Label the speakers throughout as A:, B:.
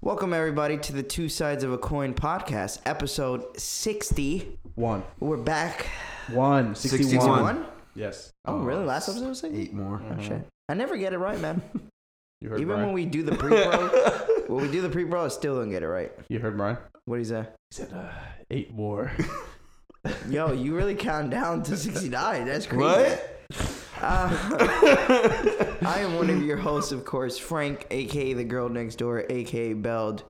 A: Welcome, everybody, to the Two Sides of a Coin podcast, episode 60.
B: One.
A: We're back.
B: One. 61.
C: 61.
B: Yes.
A: Oh, really? Last episode was 60?
C: Eight more.
A: Oh,
B: Mm-hmm.
A: shit. I never get it right, man.
B: You heard
A: Even
B: Brian.
A: when we do the pre-pro, when we do the pre-pro, I still don't get it right.
B: you heard Brian.
A: What do you say?
B: He said uh, eight more.
A: Yo, you really count down to 69. That's crazy.
C: What?
A: Uh, I am one of your hosts, of course, Frank, aka the girl next door, aka Beld,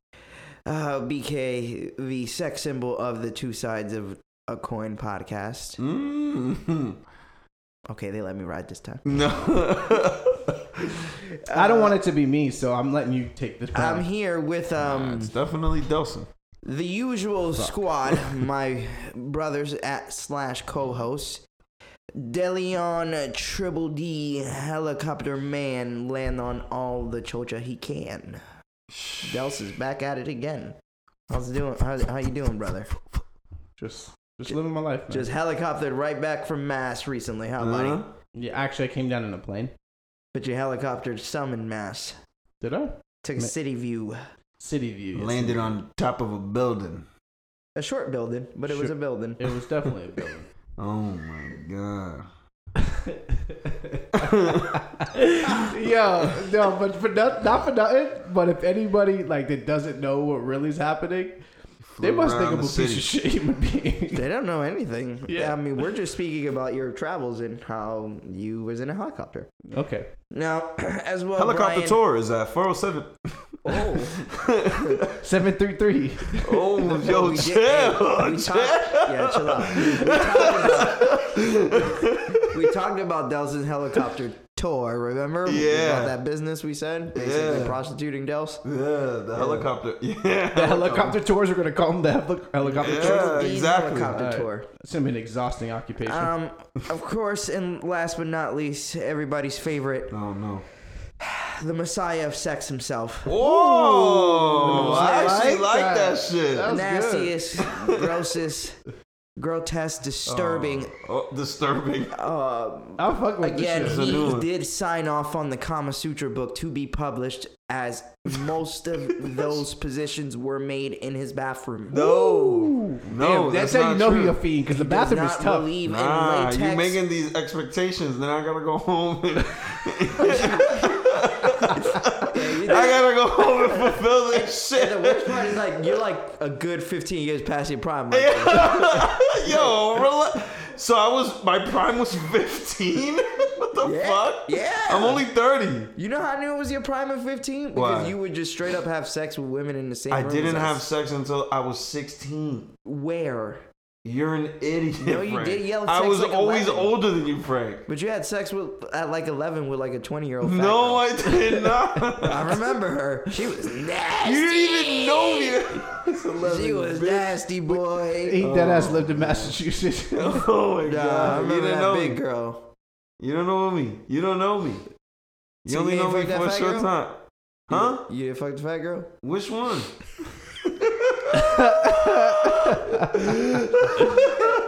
A: uh, BK, the sex symbol of the two sides of a coin podcast.
C: Mm.
A: Okay, they let me ride this time.
C: No.
B: I don't want it to be me, so I'm letting you take this.
A: I'm
B: Brian.
A: here with
C: Nah,
A: um
C: it's definitely Delson.
A: the usual squad, my brothers at slash co-host, Deleon Triple D Helicopter Man, land on all the chocha he can. Dels is back at it again. How's it doing? How, how you doing, brother?
B: Just, just living my life. Man.
A: Just helicoptered right back from mass recently, huh, buddy?
C: Uh-huh.
B: yeah. Actually, I came down in a plane.
A: But you helicoptered some in mass.
B: Did I?
A: Took a
B: Ma-
A: city view,
B: City view. yes.
C: Landed on top of a building.
A: a short building, but it was a
B: Sure.
A: building.
B: It was definitely a building.
C: Oh my god.
B: Yo, no, but for not, not for nothing. But if anybody like that doesn't know what really is happening, they
C: Flew
B: must think
C: around
B: I'm a
C: the
B: piece
C: city.
B: of shit human being.
A: They don't know anything.
B: Yeah.
A: I mean, we're just speaking about your travels and how you was in a helicopter.
B: okay.
A: Now, as well,
C: Helicopter
A: Oh, Brian-
C: tour is at 407.
A: Oh,
B: Seven three three.
C: Oh, yo,
A: we did-
C: chill.
A: hey, we talked- yeah, chill out. We talked about- We talked about Dels's helicopter tour. Remember?
C: Yeah.
A: About that business we said, basically
C: Yeah.
A: prostituting Dels.
C: Yeah, the helicopter. Yeah.
B: The helicopter tours are gonna call them the heli- helicopter
C: Yeah.
B: tours.
A: The
C: Uh, exactly.
A: Helicopter
B: Alright.
A: tour.
B: It's gonna be an exhausting occupation.
A: Um, of course, and last but not least, everybody's favorite,
C: Oh no.
A: the Messiah of sex himself.
C: Oh, I
B: I
C: actually
B: like
C: like that,
B: that.
C: shit.
B: That was-
A: nastiest, grossest, grotesque, disturbing.
C: Oh, disturbing.
A: Uh,
B: I'll fuck with
A: again,
B: this shit.
C: is a new
A: he
C: one.
A: did sign off on the Kama Sutra book to be published, as most of those positions were made in his bathroom.
C: No,
B: Damn,
C: no,
B: that's,
C: not
B: how you know
C: true.
B: who you're feeding because the
A: Does
B: bathroom is
A: not
B: tough.
A: believe in
C: Nah,
A: latex.
C: you making these expectations, then I gotta go home. And I gotta go home and fulfill this
A: the
C: shit.
A: worst part is like you're like a good 15 years past your prime. Like,
C: Yo, rela- so I was my prime was 15. what the
A: Yeah,
C: fuck?
A: yeah.
C: I'm only 30.
A: You know how I knew it was your prime at 15? Because
C: Why?
A: you would just straight up have sex with women in the same
C: I
A: room
C: didn't
A: as
C: have
A: us.
C: sex until I was 16.
A: where,
C: You're an idiot.
A: No, you
C: Frank.
A: did yell
C: I
A: sex
C: was
A: like
C: always
A: 11.
C: older than you, Frank.
A: but you had sex with at like 11 with like a 20 year old.
C: No, I did not.
A: I remember her. She was nasty.
C: you didn't even know me.
A: She was nasty, boy.
C: uh,
B: He dead ass lived in Massachusetts.
C: Oh my
A: Nah, I
C: god, you
A: remember
C: didn't
A: that
C: know me.
A: big girl.
C: You don't know me. You don't know me. You
A: So
C: only
A: you
C: know
A: ain't
C: me
A: fuck that
C: for a
A: fat
C: short
A: girl?
C: time. Huh?
A: You didn't fuck the fat girl?
C: Which one?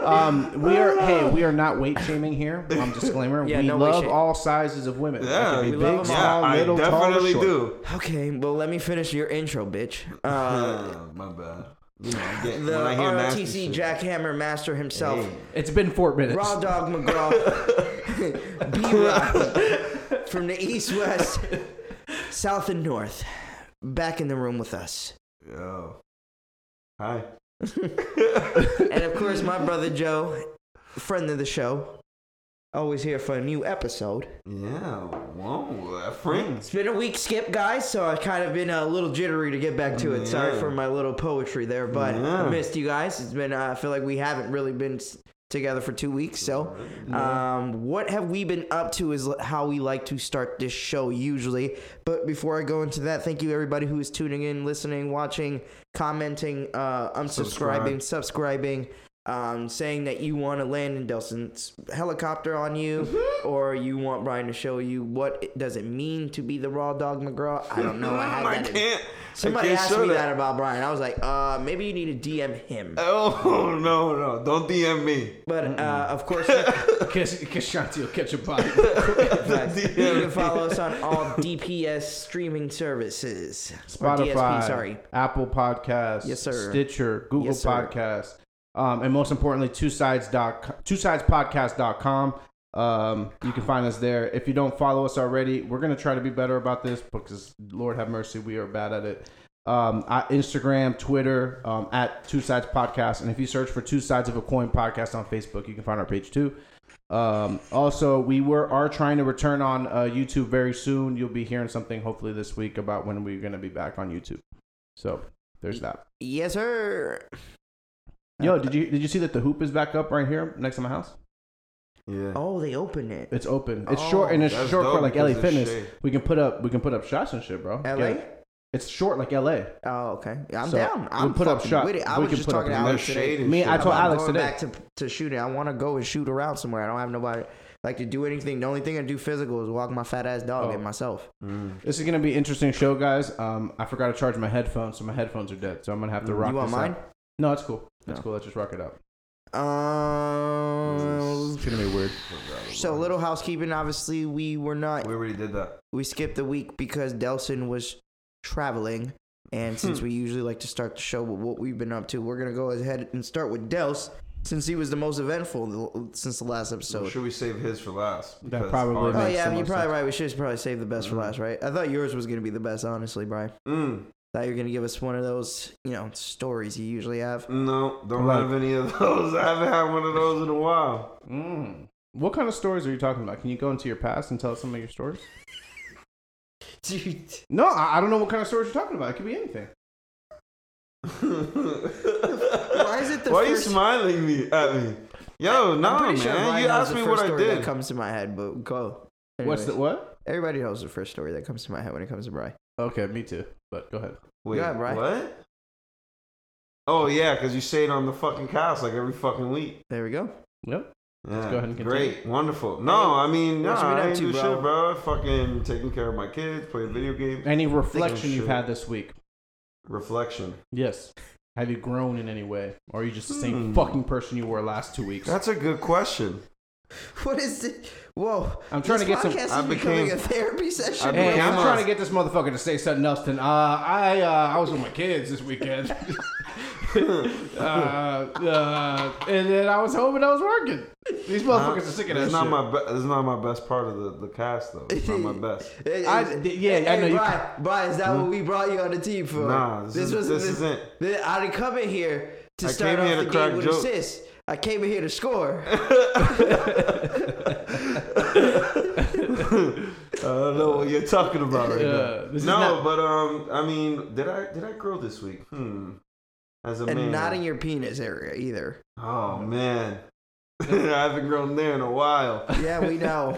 B: Um, we are hey, we are not weight shaming here. Um, disclaimer:
A: Yeah,
B: we
A: no weight
B: love
A: shame.
B: all sizes of women. I
C: Yeah,
B: could be
A: we
B: big,
A: love 'em all.
B: small,
C: yeah, I
B: little, tall, or
C: definitely
B: short.
C: do.
A: Okay, well, let me finish your intro, bitch. Uh,
C: Uh, my bad. You know, I get,
A: the
C: when I hear nasty
A: ROTC
C: shit.
A: Jackhammer master himself,
C: Hey.
B: It's been four minutes.
A: Raw Dog McGraw, B Rock, from the east, west, south, and north, back in the room with us.
C: Yo. Hi.
A: And of course, my brother Joe, friend of the show, always here for a new episode.
C: Yeah. Whoa, that friends.
A: It's been a week skip, guys, so I've kind of been a little jittery to get back to it. Sorry
C: Yeah.
A: for my little poetry there, but I
C: Yeah.
A: missed you guys. It's been, uh, I feel like we haven't really been s- together for two weeks, so. Um, what have we been up to is l- how we like to start this show usually. But before I go into that, thank you everybody who is tuning in, listening, watching, commenting, uh, unsubscribing,
C: Subscribe.
A: subscribing, um, saying that you want to land in Delson's helicopter on you,
C: Mm-hmm.
A: or you want Brian to show you what it, does it mean to be the raw dog McGraw. I don't know. I had
C: I
A: that. in-
C: can't.
A: Somebody
C: can't
A: asked
C: show
A: me that.
C: that.
A: about Brian. I was like, uh, maybe you need to DM him.
C: Oh no, no! Don't DM me.
A: But uh, of course,
B: Because Shanti will catch a body.
A: you can follow us on all DPS streaming services. Or
B: Spotify,
A: DSP, sorry.
B: Apple Podcasts,
A: Yes, sir.
B: Stitcher, Google
A: Yes, sir.
B: Podcasts, um, and most importantly, two sides dot two sides podcast.com. Um, you can find us there. If you don't follow us already, we're gonna try to be better about this because Lord have mercy, we are bad at it. Um, I, Instagram, Twitter, um, at Two Sides Podcast, and if you search for Two Sides of a Coin Podcast on Facebook, you can find our page too. Um, also, we were are trying to return on uh, YouTube very soon. You'll be hearing something hopefully this week about when we're going to be back on YouTube. So there's that.
A: Yes, sir.
B: Yo, did you did you see that the hoop is back up right here next to my house?
C: Yeah.
A: Oh, they open it.
B: It's open. It's
A: Oh,
B: short and it's
C: that's
B: short for
C: dope
B: like LA
C: because it's
B: Fitness.
C: shade.
B: We can put up we can put up shots and shit, bro.
A: LA?
B: Yeah. It's short like LA.
A: Oh, okay. I'm
B: So,
A: down.
B: we'll
A: I'm
B: put up
A: fucking
B: shot-
A: with it. I
B: we
A: was
B: can
A: just
B: put up
A: talking to
B: and
A: Alex
C: there's
A: today.
C: shade and
B: Me,
C: shit.
B: I told
A: about
B: Alex
A: going
B: today.
A: back to, to shooting. I want to go and shoot around somewhere. I don't have nobody like to do anything. The only thing I do physical is walk my fat ass dog
B: Oh.
A: and myself.
B: This is gonna be an interesting show, guys. Um, I forgot to charge my headphones, so my headphones are dead. So I'm gonna have to rock.
A: you want
B: this
A: mine?
B: Out. No, it's cool. It's
A: No.
B: cool. Let's just rock it out.
A: Um.
B: It's gonna be weird.
A: So little housekeeping. Obviously, we were not.
C: We already did that.
A: We skipped the week because Delson was traveling, and since we usually like to start the show with what we've been up to, we're gonna go ahead and start with Dels since he was the most eventful since the last episode.
C: Should we save his for last?
B: That
C: Because
B: probably
C: ours-
B: It
A: Oh
B: makes
A: yeah,
B: the
A: you're
B: most
A: probably
B: sense.
A: right. We should probably save the best for
C: Mhm.
A: last, right? I thought yours was gonna be the best, honestly, Brian.
C: Mm.
A: Thought you were gonna give us one of those, you know, stories you usually have.
C: No, don't
B: Right.
C: have any of those. I haven't had one of those in a while.
B: Mm. What kind of stories are you talking about? Can you go into your past and tell us some of your stories?
A: Dude,
B: No, I, I don't know what kind of stories you're talking about. It could be anything.
C: Why
A: is it the
C: Why are you
A: first-
C: smiling me at me? Yo, no,
A: I'm
C: man.
A: pretty sure Brian
C: you
A: knows
C: asked
A: the
C: me
A: first
C: what I
A: story
C: did.
A: That comes to my head, but go.
B: What's
A: Anyways,
B: the what?
A: Everybody knows the first story that comes to my head when it comes to Brian.
B: Okay, me too. But go ahead.
C: Wait,
A: Yeah, right.
C: what? Oh yeah, because you say it on the fucking cast like every fucking week.
A: There we go.
B: Yep.
C: Yeah,
B: go ahead and continue.
C: Great, wonderful. No, I mean,
A: what
C: nah,
A: you been
C: I
A: up
C: ain't
A: to,
C: do
A: bro?
C: shit, bro. Fucking taking care of my kids, playing video games.
B: Any reflection
C: Thinking
B: you've
C: shit.
B: had this week?
C: Reflection.
B: Yes. Have you grown in any way, or are you just the same
C: Hmm.
B: fucking person you were last two weeks?
C: That's a good question.
A: What is it? Whoa!
B: I'm trying
A: this
B: to get some-
A: podcast is
C: I
A: becoming
C: became-
A: a therapy session.
C: I
B: Hey,
A: bro.
B: I'm
C: Cameras.
B: trying to get this motherfucker to say something else. Than uh, I, uh, I was with my kids this weekend, uh, uh, and then I was home and I was working. These
A: Uh-huh.
B: motherfuckers are sick of that
C: It's
B: shit.
C: not my be- it's not my best part of the, the cast though. It's not my best.
A: Hey,
B: I-
A: hey,
B: d- yeah, I
A: hey,
B: know you Hmm?
A: Brian, Brian, is that what we brought you on the team for?
C: Nah, this, is,
A: was-
C: this, isn't.
A: Then I didn't come in here to
C: I
A: start
C: came
A: off
C: here to
A: the
C: crack
A: game with
C: jokes. Oh,
A: assists. I came in here to score.
C: I don't know what you're talking about right
B: Yeah,
C: now.
B: this is
C: No,
B: not-
C: but um, I mean, did I did I grow this week? Hmm. As a man.
A: and not in your penis area either.
C: oh man, I haven't grown there in a while.
A: Yeah, we know.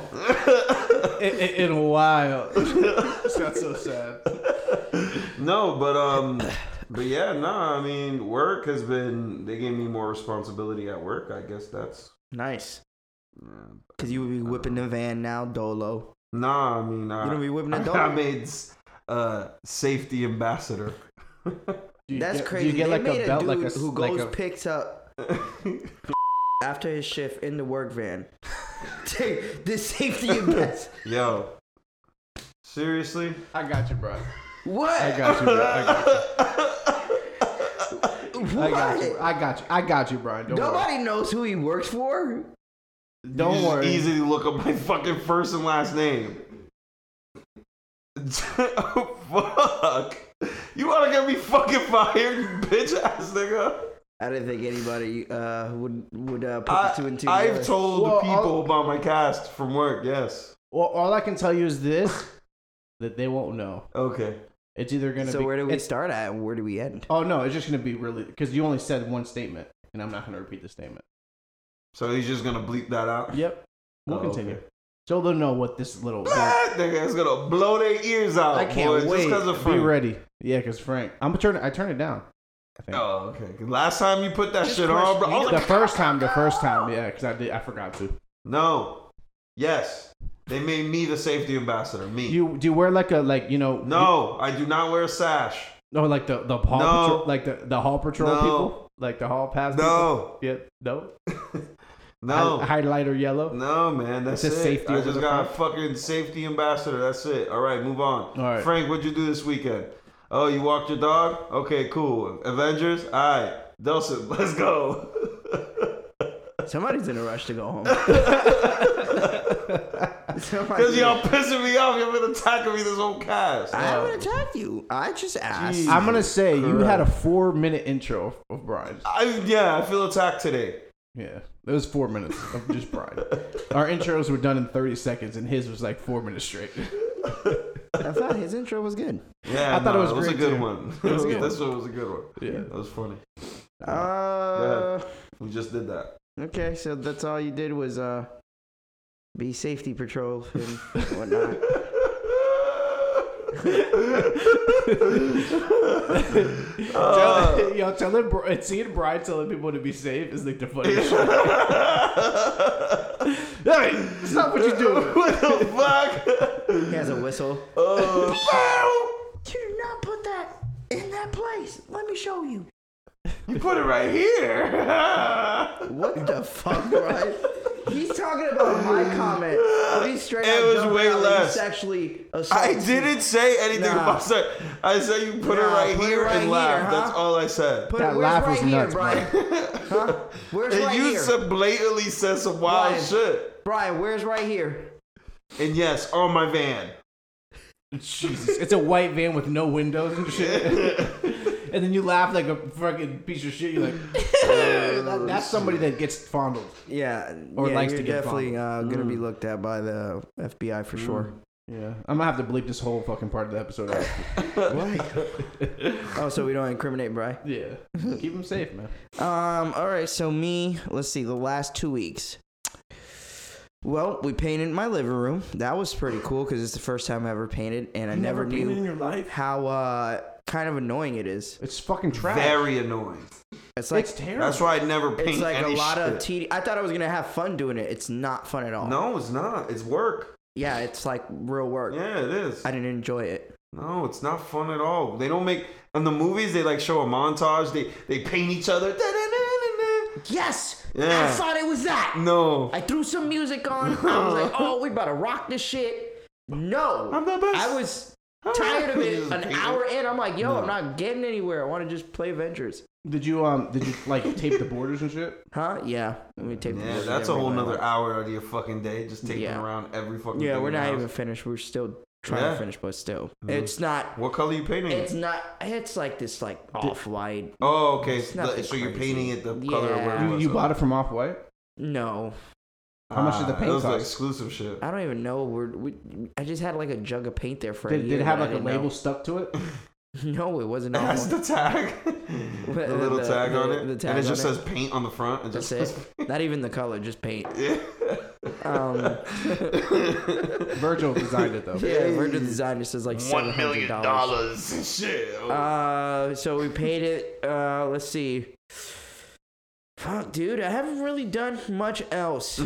B: in, in, in a while. That's so sad.
C: No, but um, but yeah, no. I mean, work has been. They gave me more responsibility at work. I guess that's.
A: nice.
C: yeah.
A: Because you would be whipping the van now, Dolo.
C: Nah, I mean,
A: You don't
C: I,
A: be whipping that
C: I
A: Dolo.
C: made s- uh safety ambassador.
B: Do you
A: That's
B: get-
A: crazy.
B: Do you get
A: They
B: like
A: made
B: a belt, like
A: dude
B: a
A: who
B: like
A: goes
B: a-
A: picks up after his shift in the work van. Dude, this safety invest.
C: Yo, seriously?
B: I got you, bro.
A: What?
B: I got you, bro. I got you.
A: what?
B: I got you. I got you. I got you, Brian. Don't worry.
A: Nobody knows who he works for.
B: Don't
C: you just
B: worry.
C: Easily look up my fucking first and last name. Oh, Fuck. You wanna get me fucking fired, you bitch ass nigga?
A: I didn't think anybody uh, would would uh, put the two
C: I,
A: and two
C: I've
A: together.
C: told
B: Well,
C: people
B: I'll-
C: about my cast from work. Yes.
B: Well, all I can tell you is this: that they won't know.
C: Okay.
B: It's either gonna
A: so
B: be.
A: where do we
B: it's-
A: start at and where do we end?
B: Oh no, it's just gonna be really because you only said one statement, and I'm not gonna repeat the statement.
C: So he's just gonna bleep that out.
B: Yep. We'll
C: Oh,
B: continue.
C: okay.
B: So they'll know what this little.
C: That nigga is gonna blow their ears out.
B: I can't
C: boy,
B: wait.
C: Just 'cause of
B: be
C: Frank.
B: ready. Yeah, because Frank. I'm gonna turn. it- I turn it down. I think.
C: Oh, okay. 'Cause Last time you put that
A: Just
C: shit on, bro.
A: question.
C: I was
B: The
C: like,
B: first time. The first time. Yeah, because I did. I forgot to.
C: no. Yes. They made me the safety ambassador. Me.
B: Do you do you wear like a like you know?
C: no, I do not wear a sash.
B: No, like the the hall
C: No.
B: patrol, like the the hall patrol
C: No.
B: people, like the hall pass.
C: No,
B: people? yeah, no,
C: no,
B: Hi- highlighter yellow.
C: no, man. That's
B: It says
C: it.
B: safety
C: I
B: over
C: just
B: the
C: got a fucking safety ambassador. That's it. All right, move on.
B: All right.
C: Frank, what'd you do this weekend? Oh, you walked your dog. Okay, cool. Avengers. All right, Delson, let's go.
A: Somebody's in a rush to go home. Somebody-
C: Cause y'all pissing me off. Y'all been attacking me this whole cast.
A: I haven't attacked you. I just asked.
C: Jeez.
B: I'm gonna say you had a
C: Correct.
B: four minute intro of- of Brian.
C: I, yeah, I feel attacked today.
B: Yeah, it was four minutes of just Brian. Our intros were done in 30 seconds, and his was like four minutes straight.
A: I thought his intro was good.
C: Yeah,
B: I thought it
C: nah,
B: was
C: that was a
B: great,
C: good
B: too.
C: one.
B: was good.
C: this one was a good one.
B: Yeah.
C: That was funny.
A: Uh,
C: We just did that.
A: okay, so that's all you did was uh, be safety patrol and whatnot.
B: Tell, yo, telling Bri- and seeing Brian telling people to be safe is like the funniest shit. Hey, stop what you're doing.
C: what the fuck?
A: He has a whistle.
C: Oh,
A: You did not put that in that place. Let me show you.
C: you put it right here.
A: What the fuck, Brian? He's talking about my comment. He's straight
C: It
A: out
C: was
A: jumping
C: way
A: out that you
C: less.
A: Sexually
C: I
A: assaulted me.
C: didn't say anything
A: Nah.
C: about that. I said you put it
A: Nah,
C: right
A: put it
C: here
A: right
C: and laugh.
A: here,
C: That's
A: huh?
C: all I said.
A: Put
B: That
A: where's
B: laugh was
A: right here, Brian.
B: nuts,
A: huh? Where's
C: and
A: right
C: you
A: here?
C: so blatantly said some wild
A: Brian.
C: shit.
A: Brian, where's right here?
C: And yes, on my van.
B: Jesus, it's a white van with no windows and shit. and then you laugh like a fucking piece of shit. You're like, that, that's somebody that gets fondled.
A: Yeah,
B: Or
A: yeah,
B: likes
A: you're
B: to get
A: definitely uh, gonna be looked at by the FBI for sure.
B: Yeah, I'm gonna have to bleep this whole fucking part of the episode out.
A: Oh, so we don't incriminate Brian.
B: yeah, keep him safe, man.
A: Um. All right. So me, let's see. The last two weeks. Well, we painted my living room. That was pretty cool because it's the first time I ever painted, and I never, knew
B: your life.
A: how uh, kind of annoying it is.
B: It's fucking trash.
C: Very annoying.
A: It's like
B: it's terrible.
C: That's why I never paint
A: it's like a
C: any
A: lot of
C: shit.
A: tedious. I thought I was gonna have fun doing it. It's not fun at all.
C: no, it's not. It's work.
A: Yeah, it's like real work.
C: Yeah, it is.
A: I didn't enjoy it.
C: No, it's not fun at all. They don't make in the movies. They like show a montage. They they paint each other. Da-da-da-da-da.
A: Yes,
C: Yeah.
A: I thought it was that.
C: No,
A: I threw some music on. I was like, oh, we about to rock this shit. No.
C: I'm the best.
A: I was tired of
C: You
A: it
C: just
A: an
C: hate
A: hour in. I'm like, yo,
C: No.
A: I'm not getting anywhere. I want to just play Avengers.
B: Did you um? Did you like tape the borders and shit?
A: Huh? Yeah. Let me take
C: yeah, that's a whole nother hour out of your fucking day just taking
A: Yeah.
C: around every fucking.
A: Yeah,
C: thing
A: we're
C: in the
A: not
C: house.
A: even finished. We're still trying
C: Yeah. Mm-hmm.
A: to finish, but still. It's not.
C: What color you painting?
A: It's not. It's like this, like off white.
C: oh, okay. So,
A: nothing
C: so you're
A: crazy.
C: painting it the color of where it
A: Yeah.
B: You,
C: was,
B: you
C: huh?
B: bought it from Off White?
A: No,
B: How much did the
C: Ah,
B: paint
C: Those are
B: cost?
C: exclusive shit.
A: I don't even know. We're, we, I just had like a jug of paint there for a
B: Did,
A: year.
B: did it have
A: but I
B: like a
A: didn't know.
B: label stuck to it?
A: No, it wasn't. on
C: That's
A: one.
C: the tag.
A: The-
C: the little
A: the-
C: tag on
A: the-
C: it.
A: the tag
C: and it
A: on
C: just
A: it.
C: says paint on the front. It just
A: That's
C: says
A: it. Not even the color, just paint.
C: Yeah.
A: Um, Mm.
B: Virgil designed it though.
A: yeah, we're the design. It says like seven hundred dollars.
C: dollars. and Shit. Oh.
A: Uh, so we paid it. Uh, let's see. Fuck, dude, I haven't really done much else.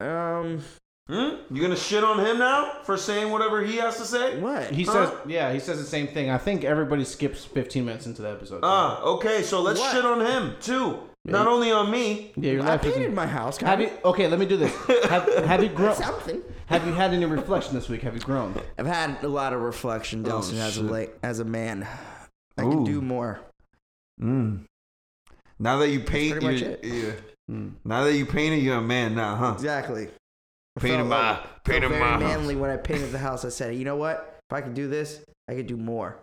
A: um,
C: Hmm? You gonna shit on him now for saying whatever he has to say?
A: what?
B: He
C: Huh?
B: says, yeah, he says the same thing. I think everybody skips 15 minutes into the episode.
A: Uh,
C: Ah, okay. So let's
A: What?
C: shit on him too. Not only on me.
B: yeah, your
A: I
B: life
A: painted
B: is.
A: my house.
B: Have
A: Kind
B: you? Okay, let me do this. Have, have you grown?
A: something.
B: Have you had any reflection this week? Have you grown?
A: I've had a lot of reflection,
C: Oh,
A: Delson, as a
C: shit.
A: late, as a man. I can
C: Ooh.
A: do more.
C: Now that you paint,
A: Mm. pretty much
C: you,
A: it. Mm.
C: you,
B: Hmm.
C: now that you painted, you're a man now, huh?
A: Exactly. I
C: Painted
A: felt
C: my,
A: like- felt
C: painted
A: very
C: my.
A: manly when I painted the house. I said, you know what? If I could do this, I could do more.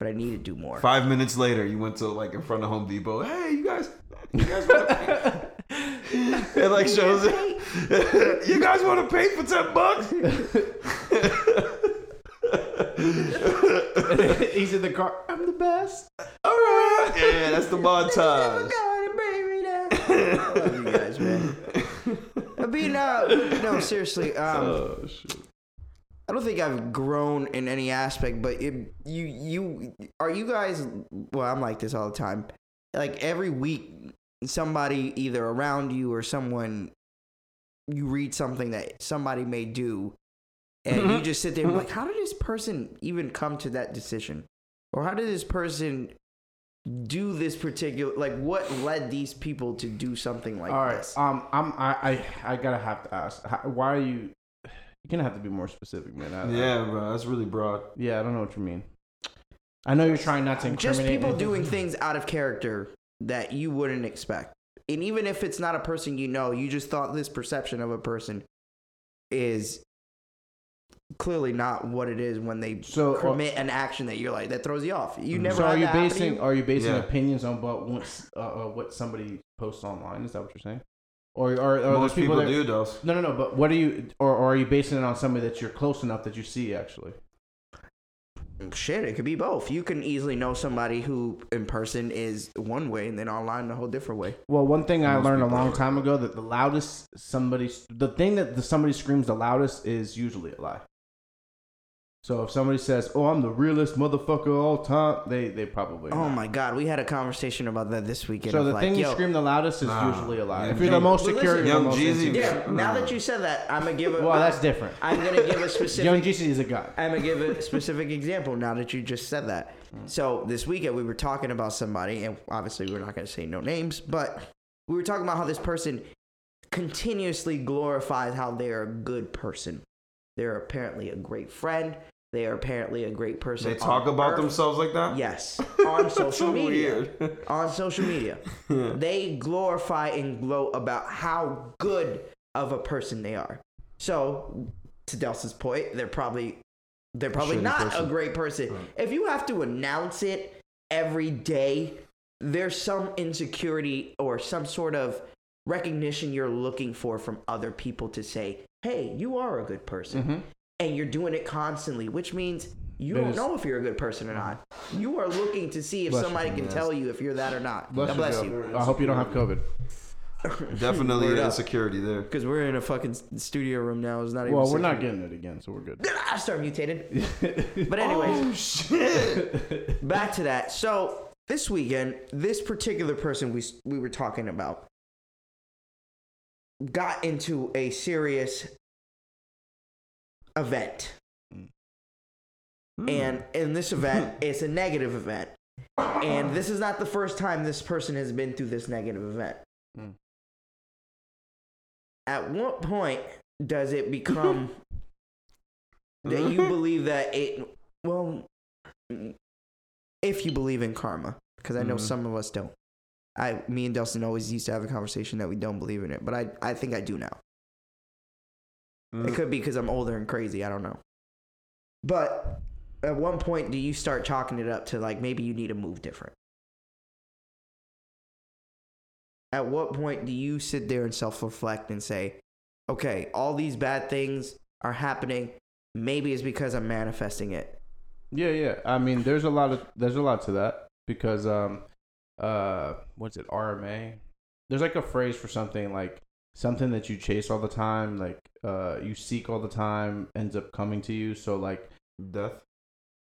A: But I need to do more.
C: Five minutes later, you went to like in front of Home Depot. Hey, you guys, you guys want to paint? it like shows it. you guys want to paint for ten bucks?
B: He's in the car. I'm the best.
C: All right. Yeah, that's the montage.
A: Gonna bring me down. I love you guys, man. I mean, uh, no, seriously. Um,
B: Oh shit.
A: I don't think I've grown in any aspect, but it, you, you, are you guys? Well, I'm like this all the time. Like every week, somebody either around you or someone, you read something that somebody may
B: Mm-hmm.
A: do, and you just sit there and be like, how did this person even come to that decision? or how did this person do this particular like what led these people to do something like
B: All right.
A: this?
B: Um, I'm. I. I, I gotta have to ask. How, why are you? You're gonna have to be more specific, man. I, I-
C: Yeah, bro, that's really broad.
B: yeah. I don't know what you mean. I know you're trying not to
A: Just
B: incriminate.
A: people doing things out of character that you wouldn't expect. And even if it's not a person you know, you just thought this perception of a person is clearly not what it is when they
B: So, uh, Mm-hmm.
A: commit an action that you're like that throws you off. You never
B: so
A: had
B: are you
A: that happen to
B: basing
A: you?
B: are you basing
C: Yeah.
B: opinions on what once uh, uh, what somebody posts online? Is that what you're saying? Or or, or
C: Most
B: there's people,
C: people,
B: that,
C: do though.
B: No, no, no. But what are you or, or are you basing it on somebody that you're close enough that you see actually?
A: shit, it could be both. You can easily know somebody who in person is one way and then online a whole different way.
B: Well, one thing I
C: Most
B: learned a
C: people
B: long
C: are.
B: time ago that the loudest somebody, the thing that the, somebody screams the loudest is usually a lie. So if somebody says, "Oh, I'm the realest motherfucker of all time," they they probably.
A: Oh
B: not.
A: my god, we had a conversation about that this weekend.
B: So
A: of
B: the
A: like,
B: thing you
A: yo-
B: scream the loudest is
C: Nah.
B: usually a lie.
C: Young
B: If you're the
C: Jeezy-
B: most
A: Well,
B: secure,
A: listen,
B: you're the
C: Young
B: most
C: Jeezy-
B: insecure.
A: Yeah, now that you said that, I'm gonna give a.
B: Well, mm. that's different.
A: I'm gonna give a
B: Young
A: specific.
B: Jeezy is a guy.
A: I'm gonna give a specific example now that you just said that. So this weekend we were talking about somebody, and obviously we're not gonna say no names, but we were talking about how this person continuously glorifies how they're a good person. They're apparently a great friend. They are apparently a great person.
C: They
A: on
C: talk about
A: earth.
C: themselves like that.
A: Yes, on social
C: so
A: media.
C: weird.
A: On social media, they glorify and glow about how good of a person they are. So, to Delsa's point, they're probably they're probably
C: Shitty
A: not a
C: person.
A: great person. If you have to announce it every day, there's some insecurity or some sort of recognition you're looking for from other people to say, "Hey, you are a good person."
C: Mm-hmm.
B: Mhm.
A: and you're doing it constantly, which means you
B: It
A: don't
B: is-
A: know if you're a good person or not. You are looking to see if
B: Bless you.
A: somebody can tell you if you're that or not. God bless you.
B: Joe. I hope you don't have COVID.
C: Definitely
A: Word up.
C: insecurity there.
A: Because we're in a fucking s- studio room now. It's not even.
B: Well, we're
A: safe.
B: not getting it again, so we're good.
A: I start mutated. But anyways,
C: shit!
A: back to that. So this weekend, this particular person we s- we were talking about got into a serious event. And in this event, it's a negative event. And this is not the first time this person has been through this negative event.
B: Mm.
A: At what point does it become that you believe that it, well, if you believe in karma, because I know
C: Mhm.
A: some of us don't. I, me and Delson always used to have a conversation that we don't believe in it, but I, I think I do now. It could be because I'm older and crazy. I don't know. But at one point, do you start chalking it up to like maybe you need to move different? At what point do you sit there and self reflect and say, okay, all these bad things are happening. Maybe it's because I'm manifesting it.
B: Yeah, yeah. I mean, there's a lot of there's a lot to that because um, uh, what's it RMA? There's like a phrase for something like something that you chase all the time, like uh, you seek all the time, ends up coming to you. So like
C: Death.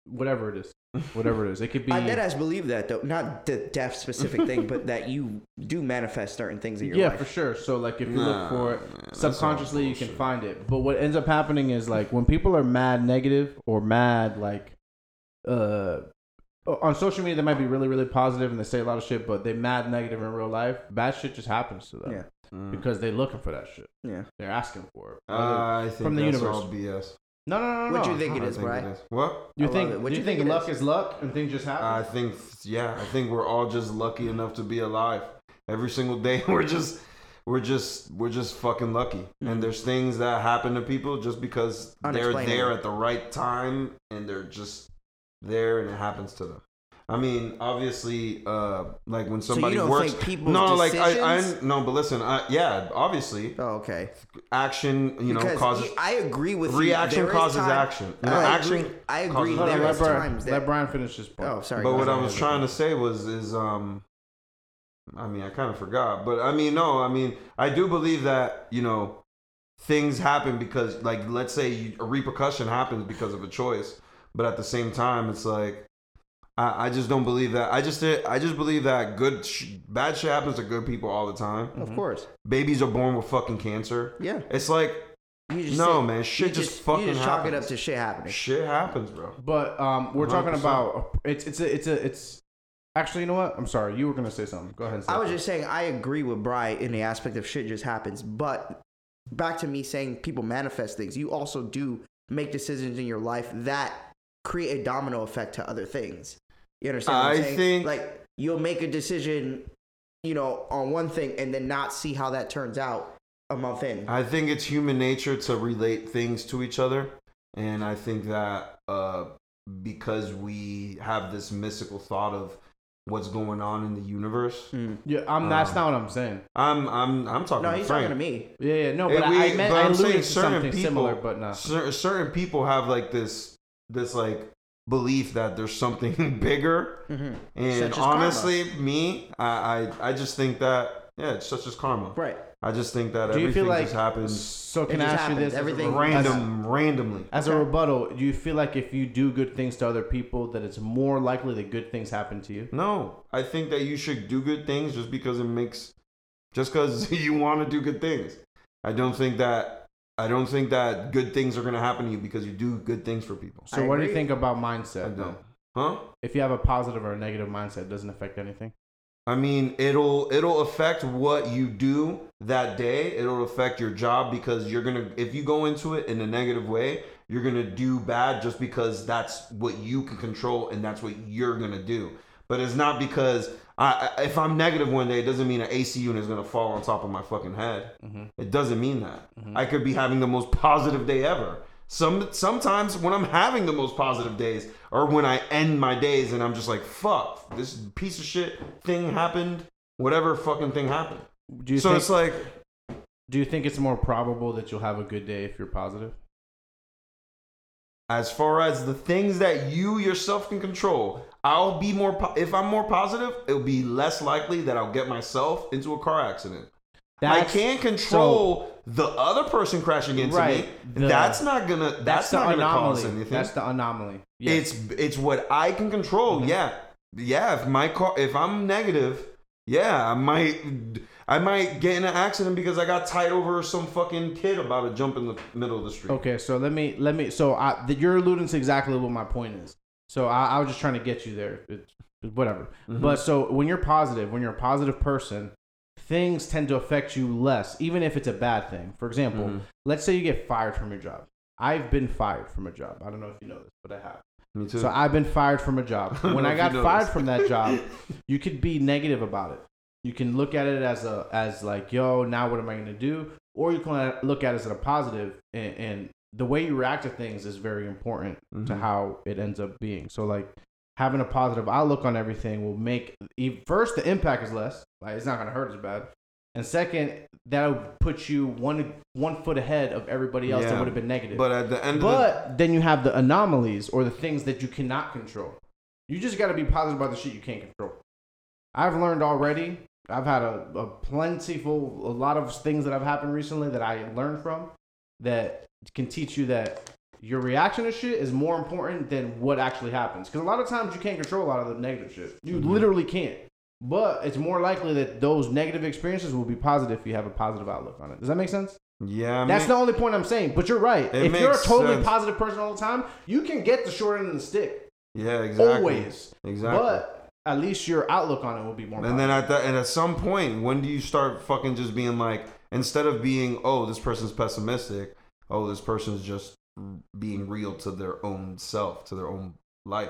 B: whatever it is, whatever it is, it could be.
A: I dead ass believe that though. Not the deaf specific thing, but that you do manifest certain things in your
B: yeah,
A: life.
B: for sure. So like if you
C: Nah,
B: look for it,
C: man, that's all
B: subconsciously you can
C: bullshit.
B: find it. But what ends up happening is like when people are mad negative or mad like uh on social media they might be really really positive and they say a lot of shit, but they mad negative in real life. Bad shit just happens to them
A: Yeah.
C: Mm.
B: because they're looking for that shit.
A: Yeah.
B: They're asking for it.
C: Uh, I think
B: From the
C: that's
B: universe.
C: all BS.
B: no, no, no, no.
A: What do
B: no.
A: you think it
C: I
A: is, Brian?
C: is. What?
B: You
A: I love
B: think?
A: it. What
B: do you think,
A: it
B: luck
A: is? Uh,
B: is? luck and things just happen?
C: I think, yeah, I think we're all just lucky enough to be alive. Every single day, we're just, we're just, we're just fucking lucky. And there's things that happen to people just because they're
A: Mm-hmm. Unexplainable.
C: there at the right time, and they're just there, and it happens to them. I mean, obviously, uh, like when somebody
A: don't
C: works.
A: think people's
C: no, like I, I,
A: decisions-
C: no, but listen, I, yeah, obviously,
A: Oh, okay.
C: action, you know,
A: because
C: causes
A: I agree with you.
C: reaction
A: There is
C: causes
A: time-
C: action. You know,
A: I
C: action
A: agree. I agree.
C: causes-
B: Hold on,
A: There
B: let
A: is
B: Brian,
A: times
B: let
A: that.
B: Brian finish this part.
A: Oh, sorry.
C: But
A: guys.
C: what I
B: Sorry,
C: was
B: guys.
C: trying to say was is um I mean I kind of forgot, but I mean no, I mean I do believe that, you know, things happen because like let's say you, a repercussion happens because of a choice, but at the same time it's like I, I just don't believe that. I just I just believe that good sh- bad shit
B: Mm-hmm.
C: happens to good people all the time.
A: Of course.
C: Babies are born with fucking cancer.
A: Oh. Yeah.
C: It's like
A: You just
C: No,
A: say-
C: man, shit
A: you
C: just
A: you
C: fucking
A: just chalk it
C: happens.
A: up to shit happening.
C: Shit happens, bro.
B: But um, we're talking
C: 100%.
B: about it's it's a, it's a it's actually you know what? I'm sorry, you were gonna say something. Go ahead. And say
A: I was
B: something.
A: just saying I agree with Bry in the aspect of shit just happens, but back to me saying people manifest things. You also do make decisions in your life that create a domino effect to other things. You understand? What I'm
C: I
A: saying?
C: think-
A: like you'll make a decision, you know, on one thing and then not see how that turns out a month in.
C: I think it's human nature to relate things to each other, and I think that uh, because we have this mystical thought of what's going on in the universe.
A: Mm.
B: yeah. I'm that's
C: Um,
B: not what I'm saying.
C: I'm I'm I'm talking
A: No,
C: to
A: he's
C: Frank.
A: talking to me.
B: Yeah, yeah, no,
C: If
B: but I-
C: we-
B: I meant
C: but
B: I
C: I'm
B: alluded
C: saying
B: to
C: certain
B: something
C: people-
B: similar, but not.
C: Uh, Cer- certain people have like this this like belief that there's something bigger
A: Mhm. Such
C: and
A: as karma.
C: honestly me I, I i just think that yeah it's such as karma
A: Right.
C: i just think that
B: Do you
C: everything
B: feel like
C: just happens
B: So can
A: It
B: I
A: just
B: ask you
A: happens.
B: this? as a
A: Everything-
B: re-
C: random randomly
B: As
A: Okay.
B: a rebuttal, do you feel like if you do good things to other people, that it's more likely that good things happen to you?
C: no i think that you should do good things just because it makes just because you want to do good things i don't think that i don't think that good things are going to happen to you because you do good things for people
B: So
A: I
B: what do you
A: agree.
B: think about
C: i
B: mindset?
C: don't huh
B: If you have a positive or a negative mindset, it doesn't affect anything.
C: I mean, it'll it'll affect what you do that day. It'll affect your job because you're gonna if you go into it in a negative way, you're gonna do bad just because that's what you can control and that's what you're gonna do. But it's not because I I- if I'm negative one day, it doesn't mean an AC unit is gonna fall on top of my fucking head. It doesn't mean that.
B: Mm-hmm.
C: I could be having the most positive day ever. Some sometimes when I'm having the most positive days or when I end my days and I'm just like, fuck, this piece of shit thing happened, whatever fucking thing happened.
B: Do you
C: so
B: think,
C: it's like
B: do you think it's more probable that you'll have a good day if you're positive?
C: as far as the things that you yourself can control, I'll be more po- if I'm more positive, it'll be less likely that I'll get myself into a car accident. I can't control the other person crashing into
B: Right,
C: me.
B: the-
C: that's not gonna that's,
B: That's,
C: not
B: the
C: gonna
B: anomaly.
C: cause anything.
B: That's the anomaly. Yes.
C: It's it's what I can control.
B: Mhm.
C: Yeah, yeah. If my car, if I'm negative, yeah, I might, I might get in an accident because I got tied over some fucking kid about to jump in the middle of the street.
B: Okay, so let me let me. So I, th- you're alluding to exactly what my point is. So I, I was just trying to get you there. It's whatever.
C: Mhm.
B: But so when you're positive, when you're a positive person, things tend to affect you less, even if it's a bad thing. For example,
C: Mhm.
B: let's say you get fired from your job. I've been fired from a job. I don't know if you know this, but I have.
C: Me too.
B: So I've been fired from a job.
C: don't
B: When
C: know
B: I
C: if
B: got
C: you know
B: fired
C: this.
B: from that job, you could be negative about it. You can look at it as a as like, yo, now what am I gonna do? Or you can look at it as a positive, and, and the way you react to things is very important to
C: Mhm.
B: how it ends up being. So like having a positive outlook on everything will make e- first the impact is less. Like it's not gonna hurt as bad. And second, that'll put you one one foot ahead of everybody else that
C: Yeah.
B: would have been negative.
C: but at the end of
B: But then you have the anomalies or the things that you cannot control. You just got to be positive about the shit you can't control. I've learned already. I've had a, a plentiful, a lot of things that have happened recently that I learned from that can teach you that your reaction to shit is more important than what actually happens. Because a lot of times you can't control a lot of the negative shit. You
C: Mm-hmm.
B: literally can't. But it's more likely that those negative experiences will be positive if you have a positive outlook on it. Does that make sense?
C: the yeah, I
B: That's
C: mean,
B: the only point I'm saying. But you're right.
C: It
B: if you're a
C: makes
B: totally
C: sense.
B: positive person all the time, you can get the short end of the stick
C: yeah, exactly,
B: always.
C: exactly.
B: But at least your outlook on it will be more.
C: and then at the, and at some point, when do you start fucking just being like, instead of being, oh, this person's pessimistic, oh, this person's just being real to their own self, to their own life.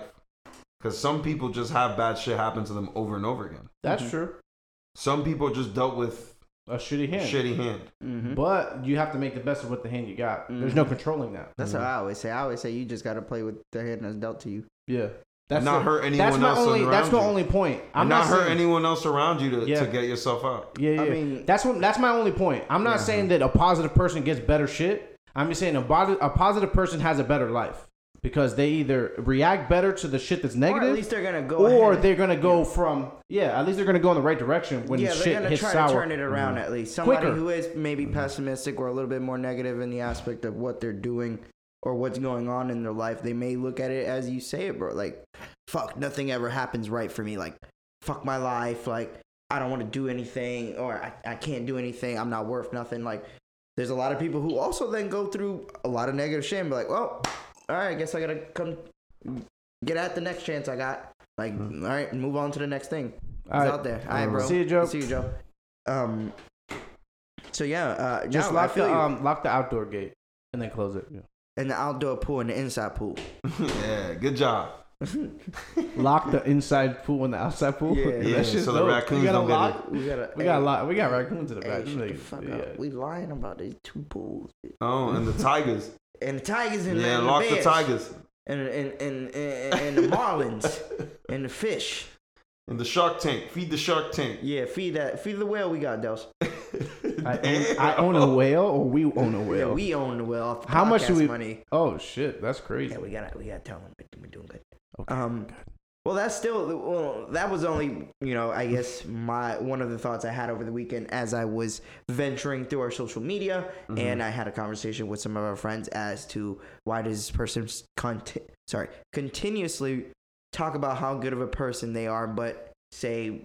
C: Because some people just have bad shit happen to them over and over again.
B: that's true.
C: Some people just dealt with
B: A shitty
C: a
B: hand.
C: shitty hand.
B: Hmm.
A: Mm-hmm.
B: But you have to make the best of what the hand you got. There's no controlling that.
A: That's what I always say. I always say you just got to play with the hand that's dealt to you.
B: Yeah. That's
C: Not
B: the-
C: hurt anyone
B: That's my
C: else
B: only. That's
C: around
B: my
C: you.
B: only point. I'm
C: and not, hurt
B: saying-
C: anyone else around you to,
B: Yeah.
C: to get yourself out.
B: Yeah, yeah.
A: I
B: yeah.
A: mean-
B: that's what. That's my only point. I'm not saying that a positive person gets better shit. I'm just saying a, bod- a positive person has a better life because they either react better to the shit that's
A: Or
B: negative,
A: at least they're gonna go.
B: or
A: ahead.
B: they're gonna go from yeah. At least they're gonna go in the right direction when
A: yeah, they're
B: shit
A: gonna
B: hits
A: try
B: sour. Mm-hmm.
A: to turn it around at least. Somebody
B: Quicker. Mm-hmm.
A: who is maybe pessimistic or a little bit more negative in the aspect of what they're doing or what's going on in their life, they may look at it as you say it, bro. Like, fuck, nothing ever happens right for me. Like, fuck my life. Like, I don't want to do anything or I, I can't do anything. I'm not worth nothing. Like, There's a lot of people who also then go through a lot of negative shit and be like, well, all right, I guess I gotta come get at the next chance I got. Like, all right, move on to the next thing. It's
B: Hmm. All right.
A: out there. All right, bro.
B: See you, Joe.
A: See you, Joe. Um. So yeah, uh,
B: Just
A: no, I
B: lock
A: feel
B: the
A: you.
B: um, lock the outdoor gate and then close it.
A: and the outdoor pool and the inside pool.
C: yeah, good job.
B: Lock the inside pool and the outside pool.
A: Yeah,
B: That
C: yeah,
B: shit's
C: so the
B: dope.
C: raccoons
B: we got
C: don't
B: a
C: get
B: lot.
A: We gotta.
B: We got a lot. We got raccoons in the
A: Hey,
B: back.
A: shut the
B: Like,
A: fuck
B: yeah.
A: up. We lying about these two pools.
C: Oh, and the Tigers.
A: And the Tigers and,
C: yeah,
A: and
C: lock
A: the,
C: the
A: Bears.
C: Tigers.
A: And, and, and, and, and the Marlins. and the fish.
C: And the Shark Tank. Feed the Shark Tank.
A: Yeah, feed that. Feed the whale we got, Dels.
B: I, own, I own a whale, or we own a
A: Yeah,
B: whale.
A: we own the whale. Off the
B: How much do
A: podcast
B: we-
A: Money.
B: oh shit, that's crazy.
A: Yeah, we gotta we gotta tell them we're- we're doing good.
B: Okay,
A: um, Well, that's still well. That was only you know I guess my one of the thoughts I had over the weekend as I was venturing through our social media,
B: Mm-hmm.
A: and I had a conversation with some of our friends as to why does this person s- conti- sorry continuously talk about how good of a person they are, but say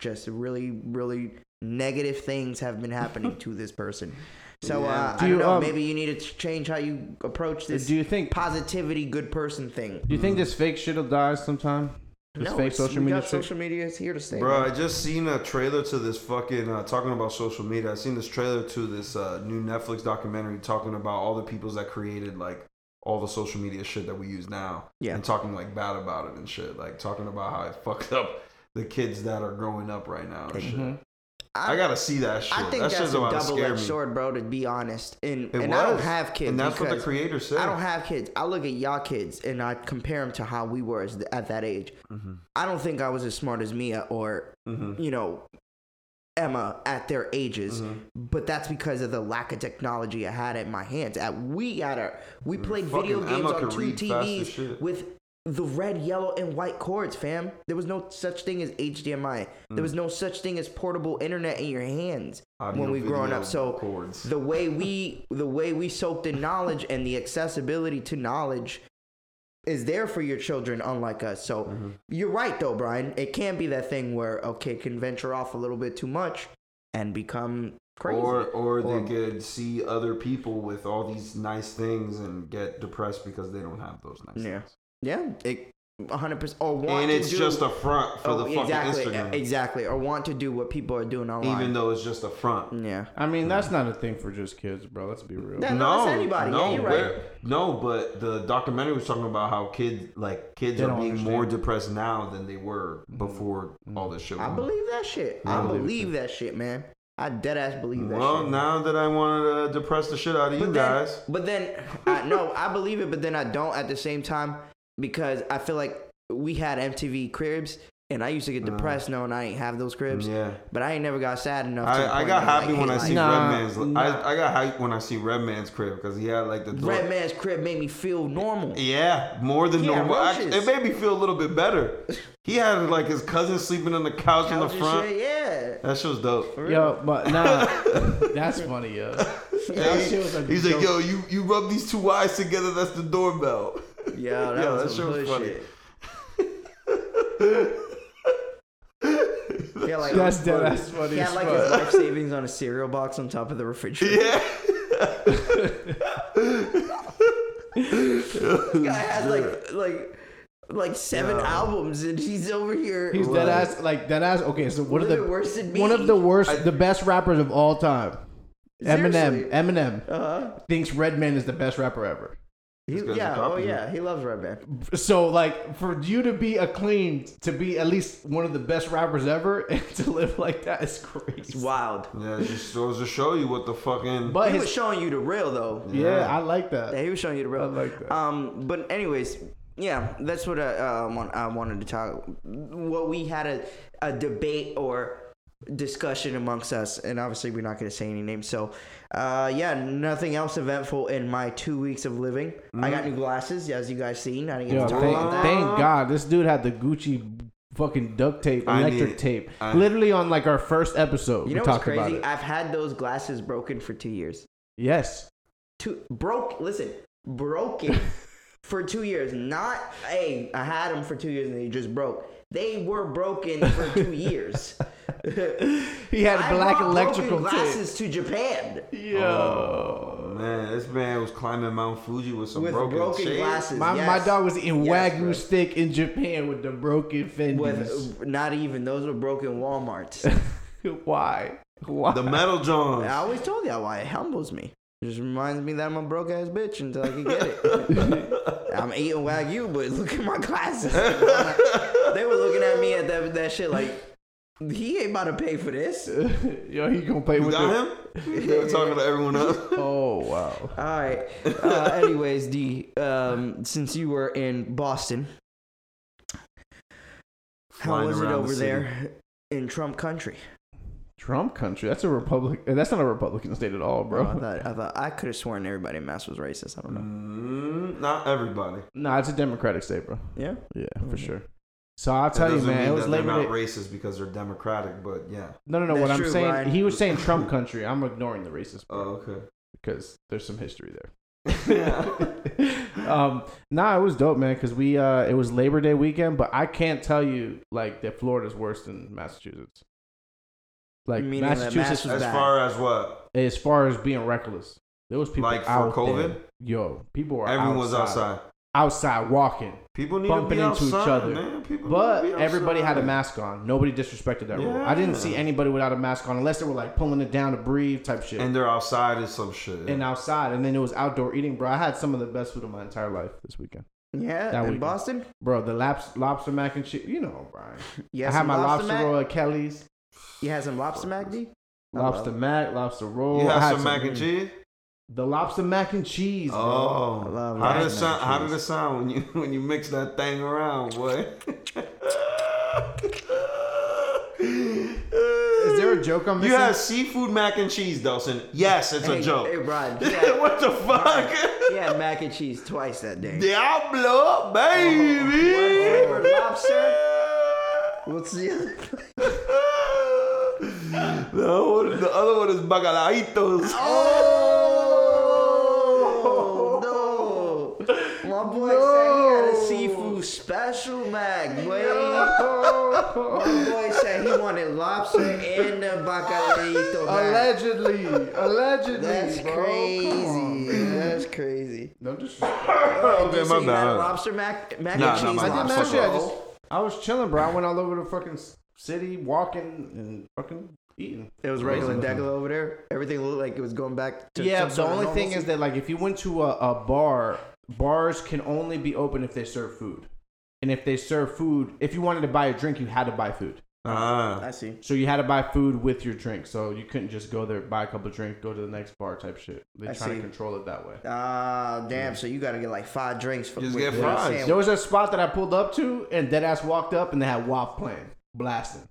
A: just really really negative things have been happening to this person. So
C: Yeah.
A: uh,
B: Do
A: I
B: you,
A: don't know.
B: um,
A: maybe you need to ch- change how you approach this
B: do you think? Do
A: positivity, good person thing.
B: you
C: Mm-hmm.
B: think this fake shit'll die sometime? This fake
A: it's-
B: social
A: we
B: media
A: got
B: shit.
A: social media is here to stay.
C: Bro,
A: man.
C: I just seen a trailer to this fucking uh, talking about social media. I seen this trailer to this uh, new Netflix documentary talking about all the peoples that created like all the social media shit that we use now.
A: Yeah.
C: And talking like bad about it and shit. Like talking about how it fucked up the kids that are growing up right now and shit.
B: Mhm.
A: I,
C: I gotta see that shit.
A: I think
C: that
A: that's
C: shit's
A: a
C: about to scare
A: double-edged
C: me.
A: sword, bro. To be honest, and
C: It
A: and I don't
C: was.
A: have kids.
C: And that's what the
A: because
C: creator said.
A: I don't have kids. I look at y'all kids and I compare them to how we were as at that age.
C: Mm-hmm.
A: I don't think I was as smart as Mia or
C: Mhm.
A: you know Emma at their ages,
C: Mm-hmm.
A: but that's because of the lack of technology I had at my hands. At we at our we played video
C: Mm-hmm. fucking
A: games
C: Emma
A: on
C: could
A: two
C: read fast as
A: TVs
C: shit.
A: with the red, yellow, and white cords, fam. There was no such thing as HDMI. There
C: Mm.
A: was no such thing as portable internet in your hands
C: Audio,
A: when we growing
C: video,
A: up. So
C: cords.
A: the way we the way we soaked in knowledge and the accessibility to knowledge is there for your children, unlike us. So
C: Mm-hmm.
A: you're right, though, Brian. It can be that thing where okay, can venture off a little bit too much and become crazy.
C: Or, or
A: Or-
C: they could see other people with all these nice things and get depressed because they don't have those nice
A: Yeah.
C: things.
A: yeah, it 100. percent Or want
C: And
A: to
C: it's
A: do-
C: just a front for
A: oh,
C: the fucking
A: exactly,
C: Instagram.
A: exactly, or want to do what people are doing
C: Even
A: online.
C: though it's just a front.
A: yeah,
B: I mean, that's not a thing for just kids, bro. Let's be real.
A: Yeah, no,
C: No,
A: that's anybody.
C: no,
A: yeah, you're
C: we're-
A: right.
C: no, but the documentary was talking about how kids, like kids,
B: They
C: are
B: don't
C: being
B: understand.
C: more depressed now than they were before all this shit.
A: Mm. I
C: went on.
A: believe that shit.
C: Yeah, I
A: I
C: believe it
A: believe that shit, man. I dead ass believe that
C: Well,
A: shit.
C: now that I wanted to depress the shit out of you
A: but
C: guys,
A: Then, but then, I, no, I believe it, but then I don't at the same time because I feel like we had MTV cribs, and I used to get depressed knowing I ain't have those cribs.
C: Uh-huh. yeah.
A: But I ain't never got sad enough. to the
C: I, I
A: point
C: got
A: to, like,
C: happy
A: hate
C: when I
A: life.
C: see
B: Nah,
C: Red Man's.
B: nah.
C: I, I got hype when I see Red Man's crib because he had like the door.
A: Red Man's crib made me feel normal.
C: Yeah, more than
A: Yeah,
C: normal. Actually,
A: roaches.
C: it made me feel a little bit better. He had like his cousin sleeping on the couch in the
A: Couch and
C: front.
A: shit, yeah.
C: That shit was dope.
B: Yo, but nah, that's funny, yo. That shit was a
C: He's
B: joke.
C: like, yo, you you rub these two wires together. That's the doorbell.
A: Yo, that
C: Yo,
A: was
C: that
A: some
C: shit was
A: hood
C: funny.
A: shit. yeah, like
B: That's dead. That's funny.
A: he
B: as
A: had like
B: fuck.
A: his life savings on a cereal box on top of the refrigerator.
C: Yeah.
A: This guy has like like like seven albums, and he's over here.
B: He's dead ass, like dead ass. Okay, so one of
A: Little
B: the
A: bit worse than me.
B: one of the worst, the best rappers of all time, Eminem.
A: Seriously.
B: Eminem
A: Uh-huh.
B: thinks Redman is the best rapper ever.
A: He,
C: guy's a
A: yeah, oh
C: compliment.
A: yeah, he loves Red Band.
B: So, like, for you to be acclaimed to be at least one of the best rappers ever and to live like that is
A: It's
B: crazy.
A: wild.
C: Yeah, it just goes to show you what the fucking.
B: But
A: He was
B: his,
A: showing you the real though.
B: yeah, I like that.
A: Yeah, he was showing you the real.
B: I like that.
A: Um, but anyways, yeah, that's what I, uh, want, I wanted to talk. What we had a, a debate or discussion amongst us, and obviously we're not going to say any names. So, uh, yeah, nothing else eventful in my two weeks of living. I got new glasses, as you guys seen. I didn't get
B: Yo,
A: to talk about
B: Mm-hmm. thank,
A: that.
B: thank God this dude had the Gucci fucking duct tape,
C: I
B: electric
C: need-
B: tape.
C: I-
B: Literally on like our first episode,
A: You
B: we
A: know what's
B: talked about
A: crazy?
B: it.
A: I've had those glasses broken for two years.
B: yes.
A: two broke. Listen, broken for two years. Not hey, I had them for two years and they just broke. They were broken for two years.
B: He had
A: I
B: black
A: brought
B: electrical
A: broken glasses to Japan
B: tape. Yo.
C: Man, this man was climbing Mount Fuji with some
A: with broken,
C: broken, shades.
A: glasses.
B: My,
A: yes.
B: my dog was eating
A: Yes,
B: wagyu
A: bro.
B: steak in Japan with the broken fenders.
A: with uh, not even those were broken Walmarts.
B: Why? Why?
C: The metal
A: I
C: Johns.
A: always told y'all why it humbles me. It just reminds me that I'm a broke ass bitch until I can get it. I'm eating wagyu, but look at my glasses. they were looking at me at that that shit like he ain't about to pay for this.
B: Yo, he gonna play
C: You
B: with the-
C: got him? They were talking to everyone else.
B: Oh wow.
A: All right. Uh, anyways, D, um, since you were in Boston, how
C: Flying
A: was it
C: around the
A: over
C: city.
A: there in Trump country?
B: Trump country. That's a republic. eh, That's not a Republican state at all,
A: Oh, I
B: bro.
A: thought I thought I could have sworn everybody in Mass was racist. I don't know.
C: Mm, not everybody.
B: Nah, it's a Democratic state, bro.
A: Yeah.
B: Yeah,
A: Mm-hmm.
B: for sure. So I'll tell
C: That
B: you,
C: doesn't
B: man,
C: mean
B: it was
C: that they're
B: Labor
C: not
B: Day.
C: racist because they're Democratic, but yeah.
B: no, no, no. What
A: That's
B: I'm
A: true,
B: saying,
A: Ryan.
B: he was saying Trump country. I'm ignoring the racist part
C: Oh, okay.
B: because there's some history there.
C: Yeah.
B: um, nah, it was dope, man. Because we, uh, it was Labor Day weekend, but I can't tell you like that Florida's worse than Massachusetts. Like
A: Meaning that
B: Massachusetts was
C: as
A: bad.
C: far as what?
B: as far as being reckless. There was people
C: Like for
B: out
C: COVID?
B: there. Yo, people were
C: Everyone was
B: outside,
C: outside.
B: outside walking,
C: People need
B: Bumping
C: to be
B: into each
C: outside,
B: other.
C: Man. People
B: but
C: need to be
B: everybody had a
C: outside.
B: mask on. Nobody disrespected that rule. I didn't see
C: Yeah.
B: anybody without a mask on unless they were like pulling it down to breathe type shit.
C: And they're outside is some shit.
B: and outside, and then it was outdoor eating, bro. I had some of the best food of my entire life this weekend,
A: Yeah.
B: That
A: in
B: weekend.
A: Boston.
B: bro. The laps, lobster mac and shit, you know, Brian.
A: Yes.
B: I had my lobster, roll at Kelly's,
A: You had some lobster mac, D? I love
B: lobster mac, lobster roll.
C: you
B: I
C: had
B: had mm,
C: some mac and cheese.
B: The lobster mac and cheese. bro.
C: Oh,
A: I love
C: how
A: mac
C: did it
A: and
C: sound? How did
B: cheese.
C: it sound when you when you mix that thing around, boy?
B: is
C: Is
B: there a joke I'm
C: You
B: missing?
C: had seafood mac and cheese, Delson. Yes, it's
A: hey,
C: a joke.
A: Hey, Brian. He had,
C: what the fuck?
A: he had mac and cheese twice that day.
C: Diablo, baby.
A: Word, word, lobster. What's the other?
C: the, one- the other one is bacalaitos.
A: Oh, no. My boy said he had a seafood special mac, boy. My boy said he wanted lobster and the bacalito mac.
B: Allegedly, allegedly,
A: That's
B: bro. Come
A: crazy.
B: on.
A: That's crazy.
B: No disrespect.
C: okay,
A: So
C: my
A: you had a
C: bad.
A: lobster mac, mac
C: Nah,
A: and
C: nah,
A: cheese.
C: my
B: I didn't
C: bad.
A: lobster
B: actually. I
A: roll?
B: just, I was chilling, bro. I went all over the fucking s- city, walking and fucking eating.
A: It was regular degular over there. Everything looked like it was going back to
B: yeah,
A: some
B: the
A: sort of
B: only thing
A: normalcy.
B: is that like if you went to a, a bar, bars can only be open if they serve food. And if they serve food, if you wanted to buy a drink, you had to buy food.
C: Ah,
A: I see.
B: So you had to buy food with your drink. So you couldn't just go there, buy a couple drinks, go to the next bar type shit. They
A: I
B: try to
A: see.
B: control it that way.
A: Ah, damn. So you got to get like five drinks for
C: Just
A: with
C: get
A: the
C: fries.
A: sandwich.
B: There was a spot that I pulled up to, and deadass walked up, and they had WAP playing, blasting,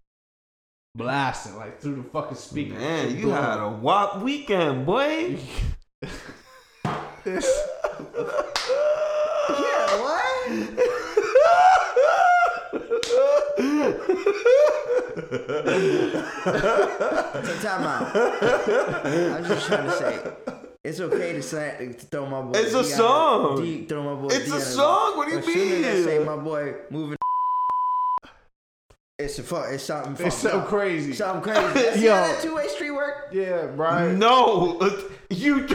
B: blasting like through the fucking speaker.
C: man, you had a wop weekend, boy.
A: Yeah, what? So time out. I'm just trying to say, it's okay to, say, to throw my boy.
C: It's a
A: Deion-
C: song.
A: De- throw my boy.
C: It's a
A: Deion-
C: song. What do you
A: As soon as I say
C: mean?
A: my boy moving, it's a fuck. It's something.
B: It's
A: fucked
B: so
A: up.
B: crazy.
A: Something crazy.
B: Yo.
A: Yo, that two way street work.
B: yeah, Brian.
C: No, uh, you.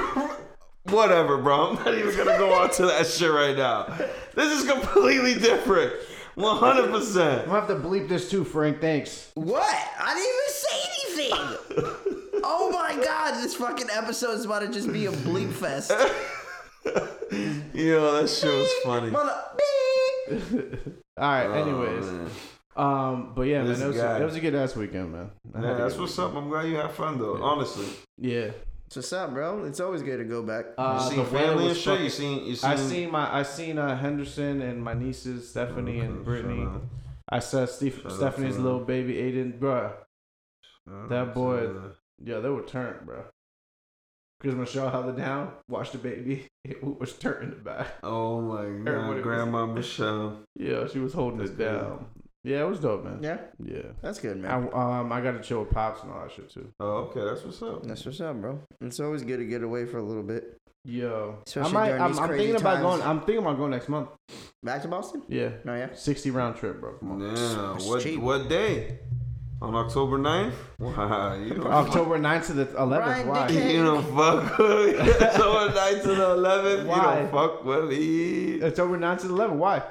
C: Whatever, bro. I'm not even gonna go on to that shit right now. This is completely different. 100. percent
B: I'm gonna have to bleep this too, Frank. Thanks.
A: What? I didn't even say anything. oh my god, this fucking episode is about to just be a bleep fest.
C: Yo, that shit was funny.
A: Mother. Beep.
B: All right.
C: Oh,
B: anyways,
C: man.
B: um, but yeah,
C: This
B: man, it was, a,
C: guy.
B: it was a good ass weekend, man. I had
C: yeah,
B: a
C: that's
B: good
C: what's
B: weekend.
C: up. I'm glad you had fun though. Honestly,
B: Yeah.
A: What's up, bro? It's always good to go back.
C: you
B: Uh,
C: seen
B: the weather
C: family
B: was
C: and shit.
B: fucking-
C: You seen you seen.
B: I seen my I seen uh, Henderson and my nieces Stephanie and
C: Okay,
B: Brittany.
C: shout out.
B: I saw Steve,
C: Shout out
B: Stephanie's
C: to them.
B: little baby Aiden, bruh.
C: Shout
B: That
C: out
B: boy-
C: to-
B: Yo, they were turned, bro. Chris Michelle held it down, watched the baby. It was turned in the back.
C: Oh my
B: Everybody
C: god,
B: was-
C: Grandma Michelle.
B: Yeah, she was holding
C: That's
B: it
C: good.
B: down. Yeah, it was dope, man.
A: yeah,
B: Yeah.
A: that's good,
B: I,
A: man.
B: um, I got to chill with pops and all that shit too.
C: Oh, okay, that's what's up.
A: That's what's up, bro. It's always good to get away for a little bit.
B: Yo,
A: Especially
B: I might.
A: during
B: I'm,
A: these
B: I'm
A: crazy
B: thinking about
A: times.
B: going. I'm thinking about going next month.
A: Back to Boston?
B: Yeah,
A: No, yeah.
B: sixty round trip, bro. Come on.
C: Yeah,
A: It's
C: what
A: cheap.
C: what day? on October 9th? Wow, you know,
B: October 9th to the 11th.
A: Ryan
B: Why?
A: Dickhead.
C: You don't fuck with October 9th to the 11th.
B: Why?
C: You don't fuck with me.
B: It's over 9 to the 11th. Why?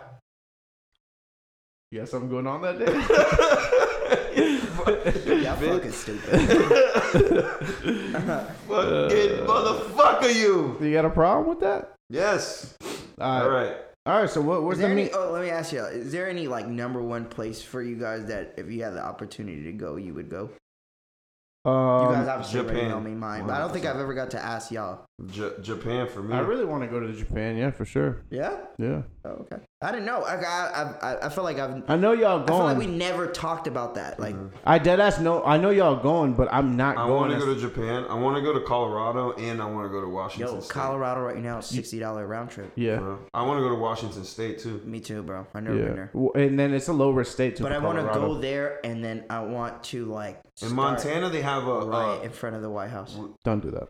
B: You got something going on that day?
A: Y'all
C: Fuck-
A: fucking stupid.
C: Fucking motherfucker, you.
B: you got a problem with that?
C: Yes.
B: All right.
C: All right.
B: All right so what,
A: Is
B: where's the
A: there any,
B: meat?
A: oh, let me ask you: Is there any like number one place for you guys that if you had the opportunity to go, you would go? You guys
B: Um,
A: obviously already
C: Japan.
A: know me mine, but I don't think I've ever got to ask y'all.
C: J- Japan for me.
B: I really want to go to Japan. Yeah, for sure.
A: Yeah.
B: Yeah.
A: Oh, okay. I didn't know. I I I, I feel like I've.
B: I know y'all
A: I feel
B: going.
A: like we never talked about that. Like,
B: I dead ass know. I know y'all going, but I'm not
C: I
B: going.
C: want to
B: as-
C: go to Japan. I want to go to Colorado, and I want to go to Washington.
A: yo,
C: State.
A: Colorado right now, sixty dollar round trip.
B: yeah.
C: bro. I want to go to Washington State too.
A: Me too, bro. I never been
B: Yeah.
A: there.
B: Well, And then it's a low risk state to
A: But I want
B: want
A: to go there, and then I want to like
C: In
A: start
C: Montana, they have a
A: right
C: uh,
A: in front of the White House.
B: Don't do that.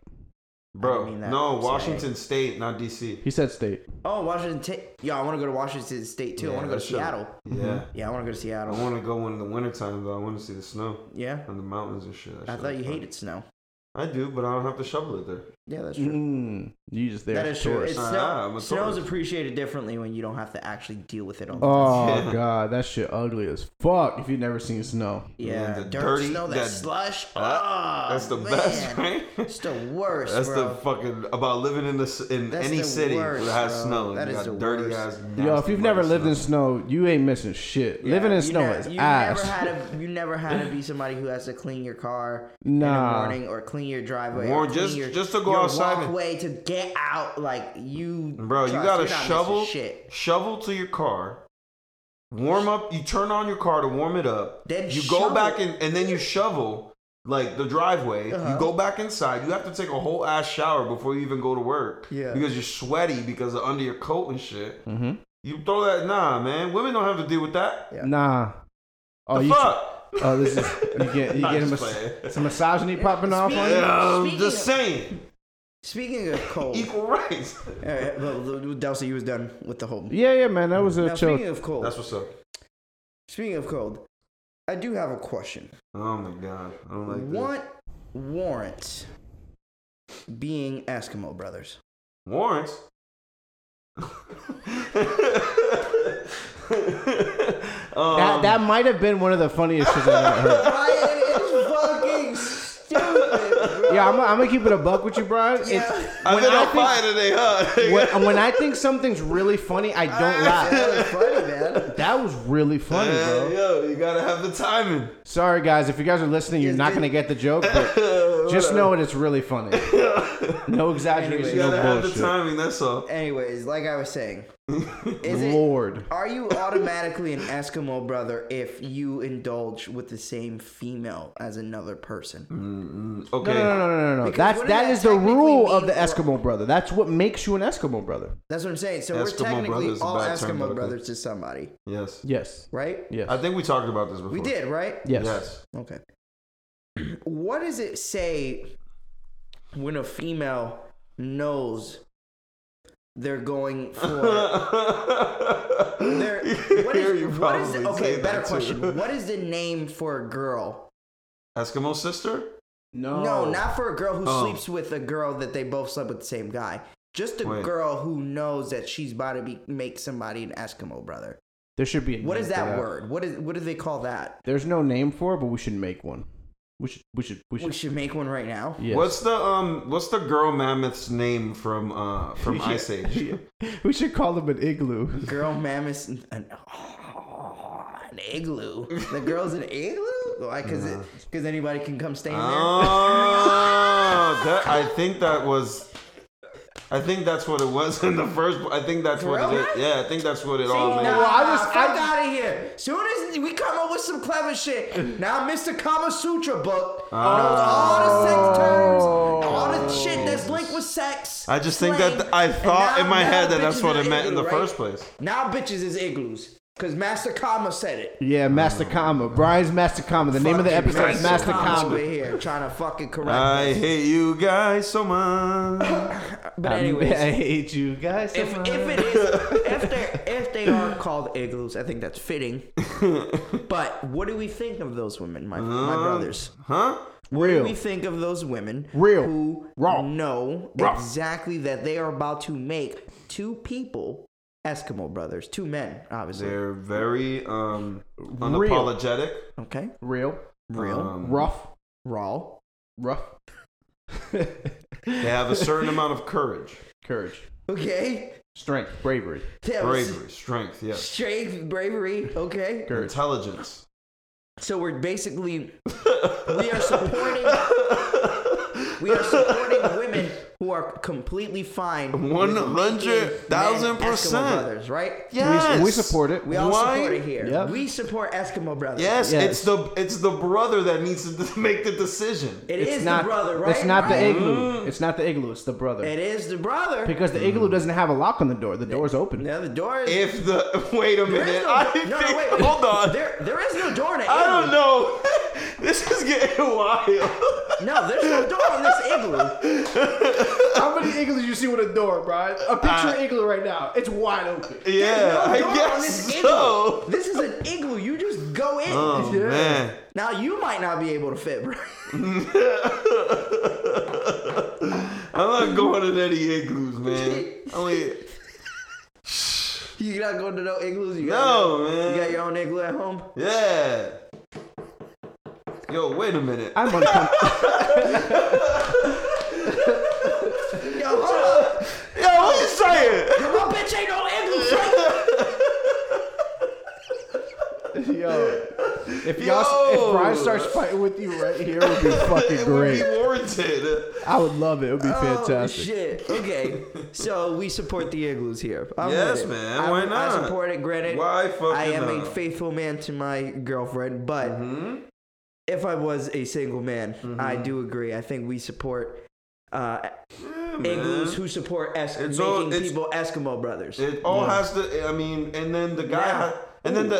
C: bro.
A: mean that.
C: no,
A: Sorry.
C: Washington State, not DC.
B: He said state.
A: Oh, Washington. T- yeah, I want to go to Washington State too. I
C: Yeah,
A: want to go to
C: that's true.
A: Seattle.
C: Yeah,
A: Yeah, I want to go to
C: I
A: Seattle.
C: want to go in the wintertime though. I want to see the snow
A: yeah,
C: and the mountains and shit. That
A: I
C: shit
A: thought
C: look
A: you
C: fun.
A: hated snow.
C: I do, but I don't have to shovel it there.
A: Yeah, that's true.
B: Mm, you just there.
A: That
B: as
A: is true.
B: tourist.
A: It's
C: Ah,
A: snow.
C: I'm a
A: Snow's
C: tourist.
A: appreciated differently when you don't have to actually deal with it all. the time.
B: Oh
C: Yeah.
B: god, that shit ugly as fuck. If you've never seen snow,
A: Yeah,
C: the
A: dirt,
C: dirty-
A: snow, that,
C: that-
A: slush.
C: Ah,
A: Oh,
C: that's the
A: man.
C: best, right?
A: It's the worst,
C: That's
A: bro.
C: the fucking about living in the s- in
A: That's
C: any
A: the
C: city
A: worst,
C: that has
A: bro.
C: snow.
A: That
C: you
A: is
C: got
A: the
C: dirty
A: worst.
C: ass.
B: yo, if
C: nasty
B: you've never
C: white
B: lived in
C: snow.
B: snow, you ain't missing shit.
A: Yeah,
B: Living in
A: you
B: snow
A: never-
B: is
A: you
B: ass.
A: Never had to, you never had to be somebody who has to clean your car in the
B: Nah.
A: morning or clean your driveway. or
C: Warren,
A: clean
C: just-
A: your,
C: just to go
A: your
C: outside and-
A: walkway to get out. Like you,
C: Bro, you
A: trust,
C: got
A: you're not
C: to
A: missing
C: shovel
A: shit.
C: shovel to your car. Warm up. You turn on your car to warm it up.
A: Then
C: you
A: shovel.
C: go back and and then you shovel like the driveway.
A: Uh-huh.
C: You go back inside. You have to take a whole ass shower before you even go to work.
A: Yeah.
C: Because you're sweaty because of under your coat and shit.
B: hmm
C: You throw that nah, man. Women don't have to deal with that.
A: Yeah.
B: Nah. Oh,
C: the
B: you.
C: fuck.
B: Oh, this is you get you
C: I'm
B: get a
C: just
B: mas-
C: playing.
B: some misogyny popping off on you.
C: Yeah, I'm
A: Speaking
C: just
A: of-
C: saying.
A: Speaking of cold,
B: Oh.
C: Equal rights.
A: all right, well, Delcy, you was done with the whole.
B: Yeah, yeah, man, that was a
A: Now,
B: chill.
A: speaking of cold,
C: That's what's up.
A: speaking of cold, I do have a question.
C: Oh my god. I don't like this.
A: What warrants being Eskimo brothers?
C: Warrants.
B: That, that might have been one of the funniest shits I've ever heard.
A: Brian is fucking stupid. bro.
B: Yeah, I'm, gonna- I'm gonna keep it a buck with you, Brian. It's,
C: I've
B: when
C: been
B: I
C: on
B: think-
C: fire today, huh?
B: when, when I think something's really funny, I don't
A: That
B: laugh.
A: was funny, man.
B: That was really funny,
C: Yeah,
B: bro.
C: Yo, you gotta have the timing.
B: Sorry, guys, if you guys are listening, you're not gonna get the joke, but just know it, it's really funny. No exaggeration,
C: You
A: Anyways.
B: no
C: gotta have the
B: bullshit.
C: timing. That's all.
A: Anyways, like I was saying, is it,
B: Lord,
A: are you automatically an Eskimo brother if you indulge with the same female as another
C: Mm.
A: person?
C: Okay.
B: no, no, no, no, no, no.
A: Because
B: That's
A: wouldn't
B: that
A: that
B: is the
A: technically
B: rule of
A: mean
B: the
A: for-
B: Eskimo brother. That's what makes you an Eskimo brother.
A: That's what I'm saying. So
C: Eskimo
A: we're
C: brother
A: technically
C: is a
A: all
C: bad
A: Eskimo
C: term, but okay.
A: brothers to somebody,
C: Yes.
B: Yes,
A: right?
B: yes,
C: I think we talked about this before.
A: We did, right?
B: yes.
C: Yes.
A: Okay. what does it say when a female knows they're going for? they're, what
C: Here
A: is,
C: you
A: what is
C: probably say
A: okay?
C: that
A: Better
C: too.
A: question. What is the name for a girl?
C: Eskimo sister?
B: No,
A: No, not for a girl who
C: Oh.
A: sleeps with a girl that they both slept with the same guy. Just a
C: Wait.
A: girl who knows that she's about to be, make somebody an Eskimo brother.
B: There should be. A
A: What
B: name
A: is
B: for
A: that word? What is what do they call that?
B: There's no name for it, but we should make one. We should. We should. We should.
A: We should make one right now.
B: yes.
C: What's the um? What's the girl mammoth's name from uh from
B: Yeah.
C: Ice Age?
B: we should call them an igloo.
A: Girl mammoth, an, an, an igloo. The girl's an igloo. Why? Because because anybody can come stay in there.
C: Oh, that, I think that was. I think that's what it was in the first. I think that's what it is.
A: Really?
C: Yeah, I think that's what it
A: See, nah,
C: all meant.
B: I just-
A: fuck
B: I-
A: out of here. Soon as we come up with some clever shit, now Mr. Kama Sutra book knows
C: Ah.
A: all the sex terms, all
B: Oh.
A: the shit that's linked with sex.
C: I just think that
A: slang,
C: I
A: and
C: thought
A: now-
C: in my
A: now
C: head that
A: bitches
C: that's what
A: is
C: it meant in
A: igloo,
C: the
A: right?
C: first place.
A: Now bitches is igloos. Because Master Kama said it.
B: Yeah, Master Kama. Brian's Master Kama. The name of the
A: Fucking
B: episode is Master
A: Kama's
B: Kama.
A: over here trying to fucking correct
C: I
A: us.
C: hate you guys so much.
A: But
B: I
A: anyways,
B: hate you guys. so
A: if,
B: much.
A: if it is if they if they are called igloos, I think that's fitting. But what do we think of those women, my
C: Uh,
A: my brothers?
C: Huh?
A: What do we
B: real,
A: think of those women
B: Real.
A: who
B: Raw.
A: know
B: Raw.
A: exactly that they are about to make two people Eskimo brothers, two men, obviously.
C: They're very um unapologetic.
A: Okay,
B: real,
A: real,
B: Uh-huh.
C: Um,
B: rough,
A: raw.
B: rough.
C: They have a certain amount of courage,
B: Courage,
A: Okay,
B: strength, bravery,
A: that was
C: bravery, strength. Yes.
A: strength, bravery. Okay,
B: courage.
C: Intelligence.
A: so we're basically we are supporting we are supporting women who are completely fine. with making
C: 100,000%.
A: men Eskimo brothers, right?
C: Yes.
B: We, we support it.
A: We all
C: Why?
A: support it here.
B: Yep.
A: We support Eskimo brothers.
C: Yes,
B: Yes.
C: it's the it's the brother that needs to make the decision.
A: It
B: it's
A: is
B: not
A: the brother, right?
B: It's not the
A: Right.
B: igloo. It's not the igloo. It's the brother.
A: It is the brother.
B: because the igloo doesn't have a lock on the door. The door's open.
A: Now the door is.
C: If the wait a
A: there is
C: minute,
A: no,
C: I
A: no,
C: think-
A: no, wait, wait.
C: hold on.
A: There, there is no door in the
C: I don't
A: igloo.
C: know. this is getting wild.
A: No, there's no door in this igloo.
B: How many igloos you see with a door, Brian? A picture of igloo right now. It's wide open.
C: Yeah,
A: No
C: I
A: door on
C: guess
A: this igloo.
C: so.
A: This is an igloo. You just go in.
C: Oh
B: Yeah.
C: man.
A: Now you might not be able to fit, bro.
C: I'm not going to any igloos, man. Only
A: You not going to no igloos. You got
C: no,
A: your,
C: man.
A: You got your own igloo at home.
C: yeah. Yo, wait a minute.
B: I'm uncomfortable.
A: Yo, hold up.
C: Yo, what you saying?
A: My bitch ain't no igloo. Frank.
B: Yo, if y'all,
C: Yo.
B: if Brian starts fighting with you right here, it would be fucking
C: It
B: great.
C: would be warranted.
B: I would love it. It would be fantastic.
A: Oh, shit. Okay. So we support the igloos here. I'm
C: Yes,
A: with it.
C: man.
A: I,
C: Why
A: I
C: not?
A: support it. Granted,
C: Why fucking
A: I am a
C: not?
A: faithful man to my girlfriend, but
C: Hmm?
A: if I was a single man, I
C: Mm-hmm.
A: do agree. I think we support uh,
C: Yeah,
A: igloos
C: man.
A: who support es-
C: It's
A: making
C: all- it's-
A: people Eskimo brothers.
C: It all has to. I mean, and then the guy.
A: Now.
C: ha- and then the.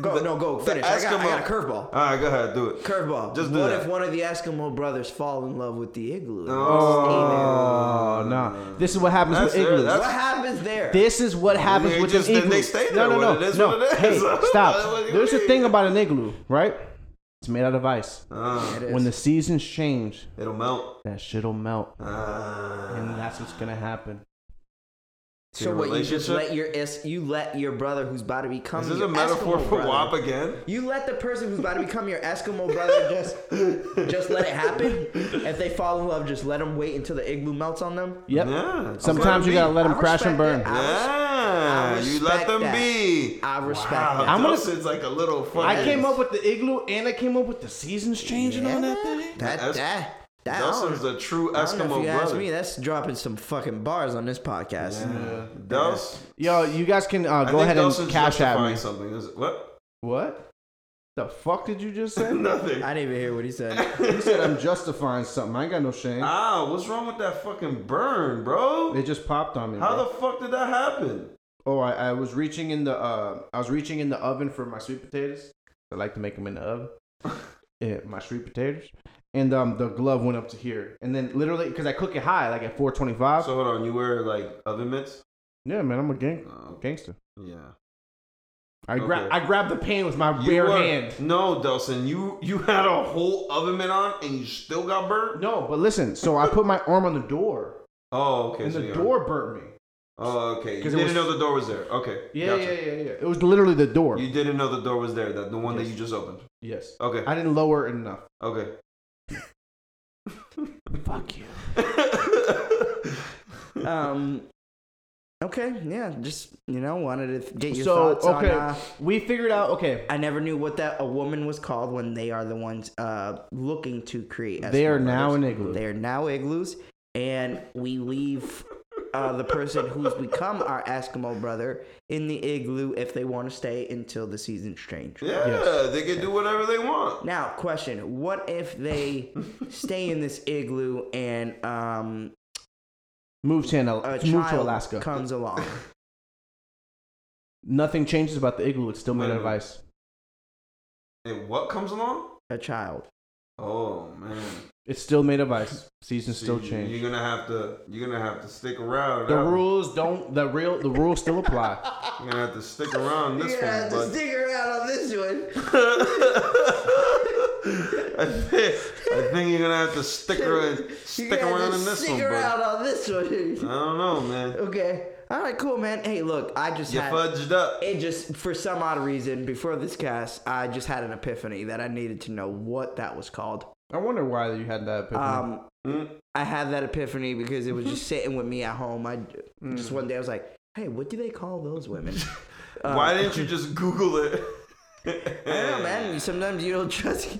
A: go,
C: the-
A: no, go
C: the
A: finish. I got, I
C: Eskimo-
A: got a curveball.
C: All right, go ahead, do it.
A: Curveball.
C: Just do
A: what
C: that.
A: if one of the Eskimo brothers fall in love with the igloo?
B: Oh no! This is what happens
C: That's
B: with
C: it.
B: igloos.
A: Stay there.
C: That's-
A: What happens there?
B: This is what happens
C: They
B: with
C: just-
B: an
C: they-
B: igloo.
C: they stay
B: no,
C: there
B: no,
C: with
B: no,
C: it. That's
B: no.
C: what it
B: Hey,
C: is. What
B: stop.
C: do you
B: There's a
C: mean?
B: thing about an igloo, right? It's made out of ice.
C: Uh,
A: It is.
B: When the seasons change,
C: it'll melt.
B: that shit'll melt,
C: Uh,
B: and that's what's gonna happen.
A: So
C: your
A: what you just
C: relationship?
A: let your is you let your brother who's about to become
C: is this
A: your
C: a metaphor
A: Eskimo
C: for
A: brother-
C: WAP again?
A: You let the person who's about to become your Eskimo brother just just let it happen. If they fall in love, just let them wait until the igloo melts on them.
B: Yep.
C: Yeah.
B: Sometimes you gotta let them
A: I
B: crash and burn.
A: respect it.
C: Yeah,
A: I
C: you let
A: respect
C: them
A: that.
C: be.
A: I respect
C: Wow,
A: that.
B: I'm gonna-
C: Dawson's like a little fucking.
B: I came up with the igloo, and I came up with the seasons changing on that thing.
A: That that
C: That's-
A: that. I don't-
C: Dawson's a true
A: I don't know if
C: Eskimo
A: you ask
C: brother.
A: me, that's dropping some fucking bars on this podcast.
C: yeah. Dawson.
B: Yo, you guys can uh,
C: I
B: go
C: think
B: ahead and
C: Dawson's
B: cash at
C: justifying
B: me.
C: something. Is it- what?
B: What? The fuck did you just say?
C: Nothing.
A: I didn't even hear what he said.
B: you said I'm justifying something. I ain't got no shame.
C: Ah, what's wrong with that fucking burn, bro?
B: It just popped on me.
C: How
B: bro.
C: the fuck did that happen?
B: Oh, I, I was reaching in the uh, I was reaching in the oven for my sweet potatoes. I like to make them in the oven. yeah, my sweet potatoes. And um, the glove went up to here, and then literally because I cook it high, like at 425.
C: So hold on, you wear like oven mitts?
B: yeah, man, I'm a gang
C: Oh,
B: gangster.
C: yeah.
B: I grab
C: Okay.
B: I grabbed the pan with my
C: You
B: bare
C: were-
B: hand.
C: No, Delson, you you had a whole oven mitt on and you still got burnt.
B: No, but listen. So I put my arm on the door,
C: Oh, okay.
B: and
C: so
B: the
C: you-
B: door burnt me.
C: Oh, okay. You
B: 'Cause it was-
C: didn't know the door was there. Okay.
B: Yeah,
C: gotcha.
B: yeah, yeah, yeah. It was literally the door.
C: You didn't know the door was there. That the one that
B: Yes.
C: you just opened.
B: yes.
C: Okay.
B: I didn't lower it enough.
C: okay.
B: Fuck you.
A: um, okay, yeah, just you know, wanted to get your
B: So
A: thoughts
B: okay,
A: on. Uh,
B: we figured out. Okay,
A: I never knew what that a woman was called when they are the ones uh, looking to create.
B: they
A: Eskimo
B: are now
A: brothers.
B: an igloo.
A: They are now igloos, and we leave uh, the person who's become our Eskimo brother in the igloo if they want to stay until the seasons change.
C: yeah,
B: Yes.
C: they can do whatever they want.
A: Now, question: What if they stay in this igloo and um,
B: Move to, Al-
A: a
B: move
A: child
B: to Alaska.
A: comes along?
B: Nothing changes about the igloo. It's still
C: Wait
B: made
C: a
B: out of
C: minute.
B: ice.
C: And what comes along?
A: a child.
C: Oh man,
B: It's still made of ice. Seasons
C: See,
B: still
C: you-
B: change.
C: You're gonna have to. You're gonna have to stick around.
B: the
C: that one.
B: rules don't. The real. The rules still apply.
C: You're gonna have to stick around this
A: You're gonna have
C: one,
A: to
C: bud.
A: stick around on this one.
C: I think, I think you're gonna have to stick around,
A: You're
C: stick
A: gonna have
C: around
A: to
C: in this
A: stick
C: one, bud.
A: around on this
C: I
A: one.
C: don't know, man.
A: okay. All right, cool, man. Hey, look, I just
C: You
A: had
C: fudged up.
A: it just for some odd reason before this cast, I just had an epiphany that I needed to know what that was called.
B: I wonder why you had that. Epiphany.
A: Um,
C: Mm.
A: I had that epiphany because it was just sitting with me at home. I
C: Hmm.
A: just one day I was like, "Hey, what do they call those women?" Uh,
C: Why didn't you just Google it?
A: I don't know, man. Sometimes you don't trust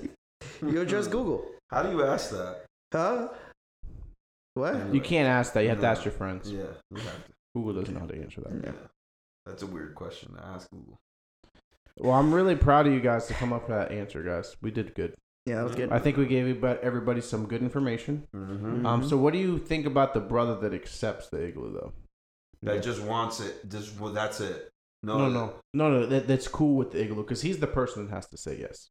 A: you don't trust Google,
C: How do you ask that?
A: huh? What?
C: Hmm.
B: you can't ask that. You have to
C: No.
B: ask your friends.
C: Yeah, you have to.
B: Google doesn't know how to answer that.
C: Yeah. That's a weird question to ask Google.
B: Well, I'm really proud of you guys to come up with that answer, guys. We did good.
A: Yeah, that was good.
B: I think we gave about everybody some good information.
C: Mm-hmm.
B: Um, so what do you think about the brother that accepts the igloo though?
C: That just wants it. Just well, that's it. No,
B: no, no, no, no. That, that's cool with the igloo because he's the person that has to say yes.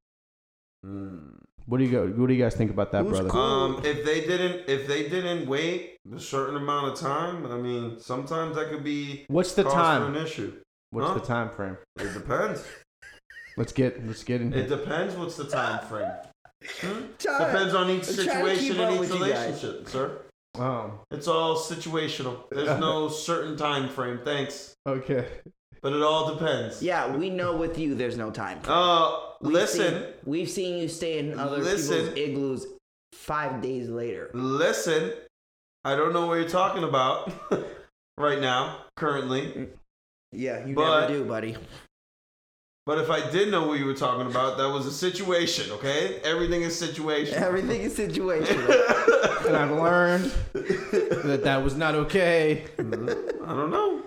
C: Mm.
B: What do you go? What do you guys think about that
A: Who's
B: brother?
A: cool?
C: Um, if they didn't, if they didn't wait a certain amount of time, I mean, sometimes that could be
B: What's the
C: cause
B: time?
C: for an issue.
B: What's
C: Huh?
B: the time frame?
C: It depends.
B: Let's get let's get in.
C: It
B: Here.
C: depends. What's the time frame? Hmm?
A: Try-
C: Depends on each
A: I'm trying to keep
C: situation
A: up
C: and each
A: with you guys.
C: relationship, sir.
B: Um,
C: It's all situational. There's no certain time frame. Thanks,
B: okay.
C: but it all depends.
A: Yeah, we know with you, there's no time.
C: Uh,
A: We've
C: listen,
A: seen- we've seen you stay in other
C: Listen.
A: people's igloos five days later.
C: listen. I don't know what you're talking about right now, currently.
A: Yeah, you
C: But-
A: never do, buddy.
C: But if I did know what you were talking about, that was a situation. Okay, everything is situational.
A: Everything is situational.
B: And I've learned that that was not okay.
C: Mhm. I don't know.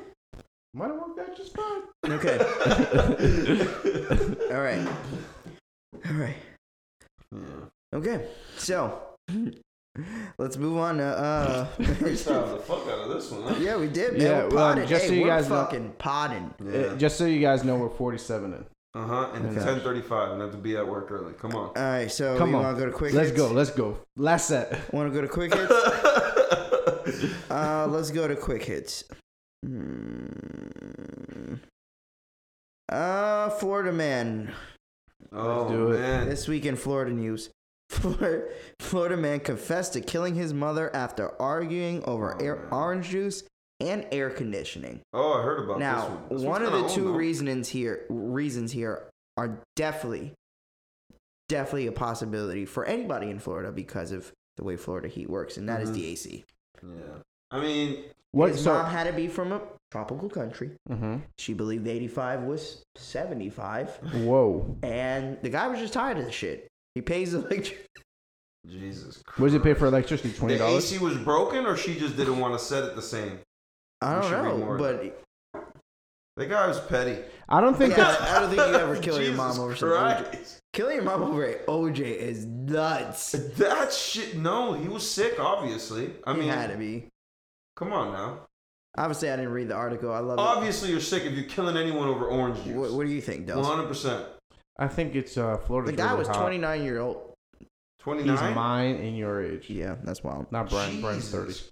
B: Might have worked out just fine.
A: okay. All right. All right.
C: Yeah.
A: Okay, so let's move on to uh.
C: Freestyle the fuck out of this one. huh?
A: yeah, we did, man.
B: Yeah,
A: we're
B: well,
A: potted.
B: just
A: hey,
B: so you
A: we're
B: guys know-
A: fucking potting.
B: Uh, just so you guys know, we're 47 in.
C: Uh huh. And it's
B: Okay.
C: ten thirty-five, and I have to be at work early. Come on.
A: All right,
C: Oh,
A: so
B: Come
A: we
B: on.
A: want to go to quick.
B: Let's
A: hits?
B: go. Let's go. Last set.
A: Want to go to quick hits? uh, let's go to quick hits. Hmm. Uh, Florida man.
C: oh
B: do it.
C: man.
A: This week in Florida news. Flor- Florida man confessed to killing his mother after arguing over
C: Oh,
A: air-
C: man.
A: orange juice and air conditioning.
C: Oh, I heard about this
A: Now,
C: one. This
A: one
C: one's
A: of the
C: kinda
A: two
C: old, though.
A: reasons here reasons here are definitely definitely a possibility for anybody in Florida because of the way Florida heat works, and that is
C: Mhm.
A: the AC.
C: Yeah. I mean,
B: What?
A: His mom
B: So,
A: had to be from a tropical country.
B: Mhm.
A: She believed 85 was 75,
B: Whoa.
A: and the guy was just tired of the shit. He pays the electric.
C: Jesus Christ.
B: What does it pay for electricity? Twenty
C: The
B: dollars.
C: AC was broken, or she just didn't want to set it the same.
A: I
C: You
A: don't
C: should read
A: know,
C: more.
A: but
C: The guy was petty.
B: I don't think
A: Yeah,
B: that's.
A: I don't think you ever kill your
C: Jesus
A: mom over some OJ.
C: Christ.
A: Killing your mom over a OJ is nuts.
C: That shit. No, he was sick. Obviously. I
A: it
C: mean,
A: had to be.
C: come on now.
A: Obviously, I didn't read the article. I love it.
C: Obviously, you're sick if you're killing anyone over orange juice.
A: What, what do you think, Dust?
C: 100%.
B: I think it's uh, Florida.
A: The guy was 29 year old.
B: He's
C: 29.
B: mine and your age.
A: Yeah, that's wild.
B: Not Brian. Brian's thirty.
C: Jesus.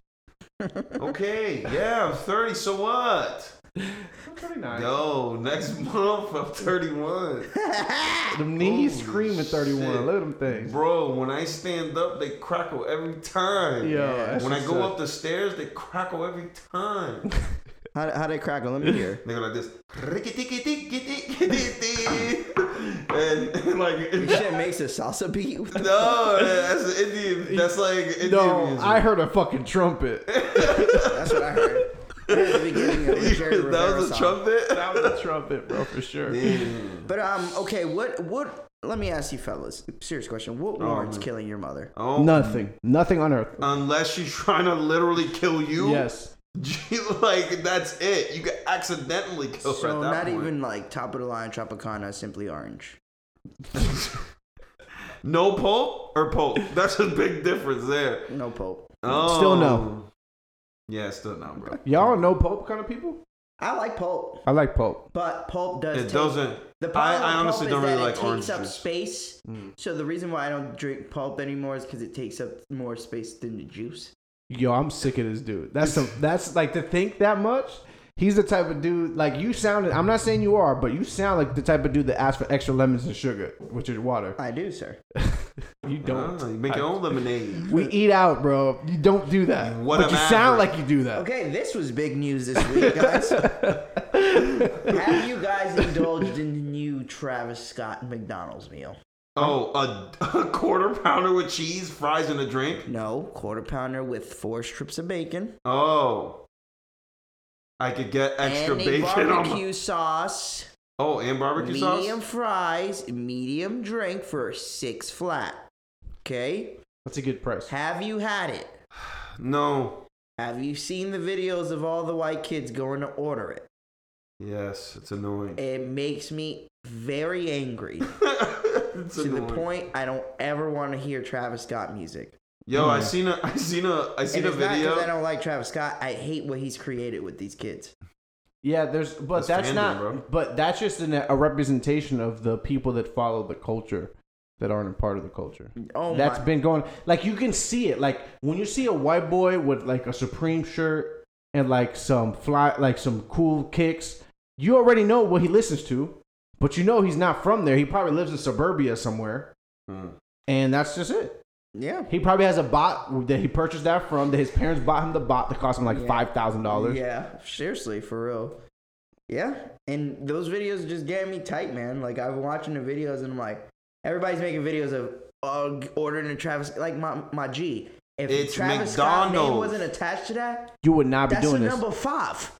C: Okay, yeah, I'm 30, so what?
B: I'm thirty-nine.
C: No, next month I'm 31.
B: Them knees
C: Holy
B: scream at thirty-one.
C: shit.
B: Look at them things.
C: Bro, when I stand up, they crackle every time.
B: Yo, that's
C: When I
B: just
C: go
B: a-
C: up the stairs, they crackle every time.
A: How how they crackle? Let me hear.
C: They go like this. And like,
A: Your shit makes a salsa beat. What the
C: no, that's an Indian. That's like Indian
B: No,
C: music.
B: I heard a fucking trumpet.
A: fuck? That's what I heard. At the beginning of the Jerry
C: that
A: Rivera
C: was a
A: song.
C: trumpet.
B: that was a trumpet, bro, for sure.
C: Damn.
A: But um, okay, what what? Let me ask you, fellas. Serious question. What warrants killing your mother?
C: Oh,
B: Nothing. Nothing on earth.
C: Unless she's trying to literally kill you.
B: Yes.
C: like that's it. You could accidentally kill her
A: So
C: at that
A: not
C: point.
A: even like top of the line Tropicana, simply orange.
C: no pulp or pulp. That's a big difference there.
A: No pope.
C: Oh.
B: Still no.
C: Yeah, still no, bro.
B: Y'all know Pope kind of people?
A: I like pulp,
B: I like Pope.
A: but pulp does.
C: It
A: take-
C: doesn't.
A: The
C: I,
A: problem
C: I
A: with
C: honestly
A: pulp is
C: don't really
A: that
C: like
A: it
C: orange
A: takes up
C: juice.
A: space.
C: Mm.
A: So the reason why I don't drink pulp anymore is because it takes up more space than the juice.
B: Yo, I'm sick of this dude. That's some, that's like to think that much. He's the type of dude like you sounded. I'm not saying you are, but you sound like the type of dude that asks for extra lemons and sugar, which is water.
A: I do, sir.
B: You don't.
C: Ah, you make your own lemonade.
B: We eat out, bro. You don't do that.
C: What
B: but
C: a
B: you sound
C: maverick.
B: like you do that.
A: Okay, this was big news this week, guys. Have you guys indulged in the new Travis Scott McDonald's meal?
C: Oh, a, a quarter pounder with cheese, fries, and a drink.
A: No, quarter pounder with four strips of bacon
C: Oh, I could get extra
A: and a
C: bacon on.
A: barbecue
C: My,
A: sauce,
C: oh, and barbecue
A: medium
C: sauce.
A: fries, medium drink for six flat. Okay,
B: That's a good price.
A: have you had it?
C: No.
A: Have you seen the videos of all the white kids going to order it?
C: Yes, it's annoying.
A: It makes me very angry.
C: it's
A: to the
C: annoying.
A: point I don't ever want to hear Travis Scott music.
C: Yo, I seen a, I seen a, I seen
A: And
C: a
A: it's not because I
C: video.
A: don't like Travis Scott. I hate what he's created with these kids.
B: Yeah, there's, but that's,
C: That's fandom,
B: not,
C: bro.
B: but that's just an, a representation of the people that follow the culture that aren't a part of the culture.
A: Oh
B: That's
A: my!
B: been going like you can see it like when you see a white boy with like a supreme shirt and like some fly like some cool kicks you already know what he listens to but you know he's not from there he probably lives in suburbia somewhere
C: Mm.
B: and that's just it
A: yeah,
B: he probably has a bot that he purchased that from that his parents bought him the bot that cost him like
A: Yeah.
B: $5000
A: yeah. Seriously, for real. Yeah, and those videos just get me tight, man. Like I'm watching the videos and I'm like, everybody's making videos of uh, ordering a Travis. Like my my G. If
C: It's
A: Travis Scott name
C: McDonald's.
A: wasn't attached to that,
B: you would not be
A: that's a
B: doing this
A: number five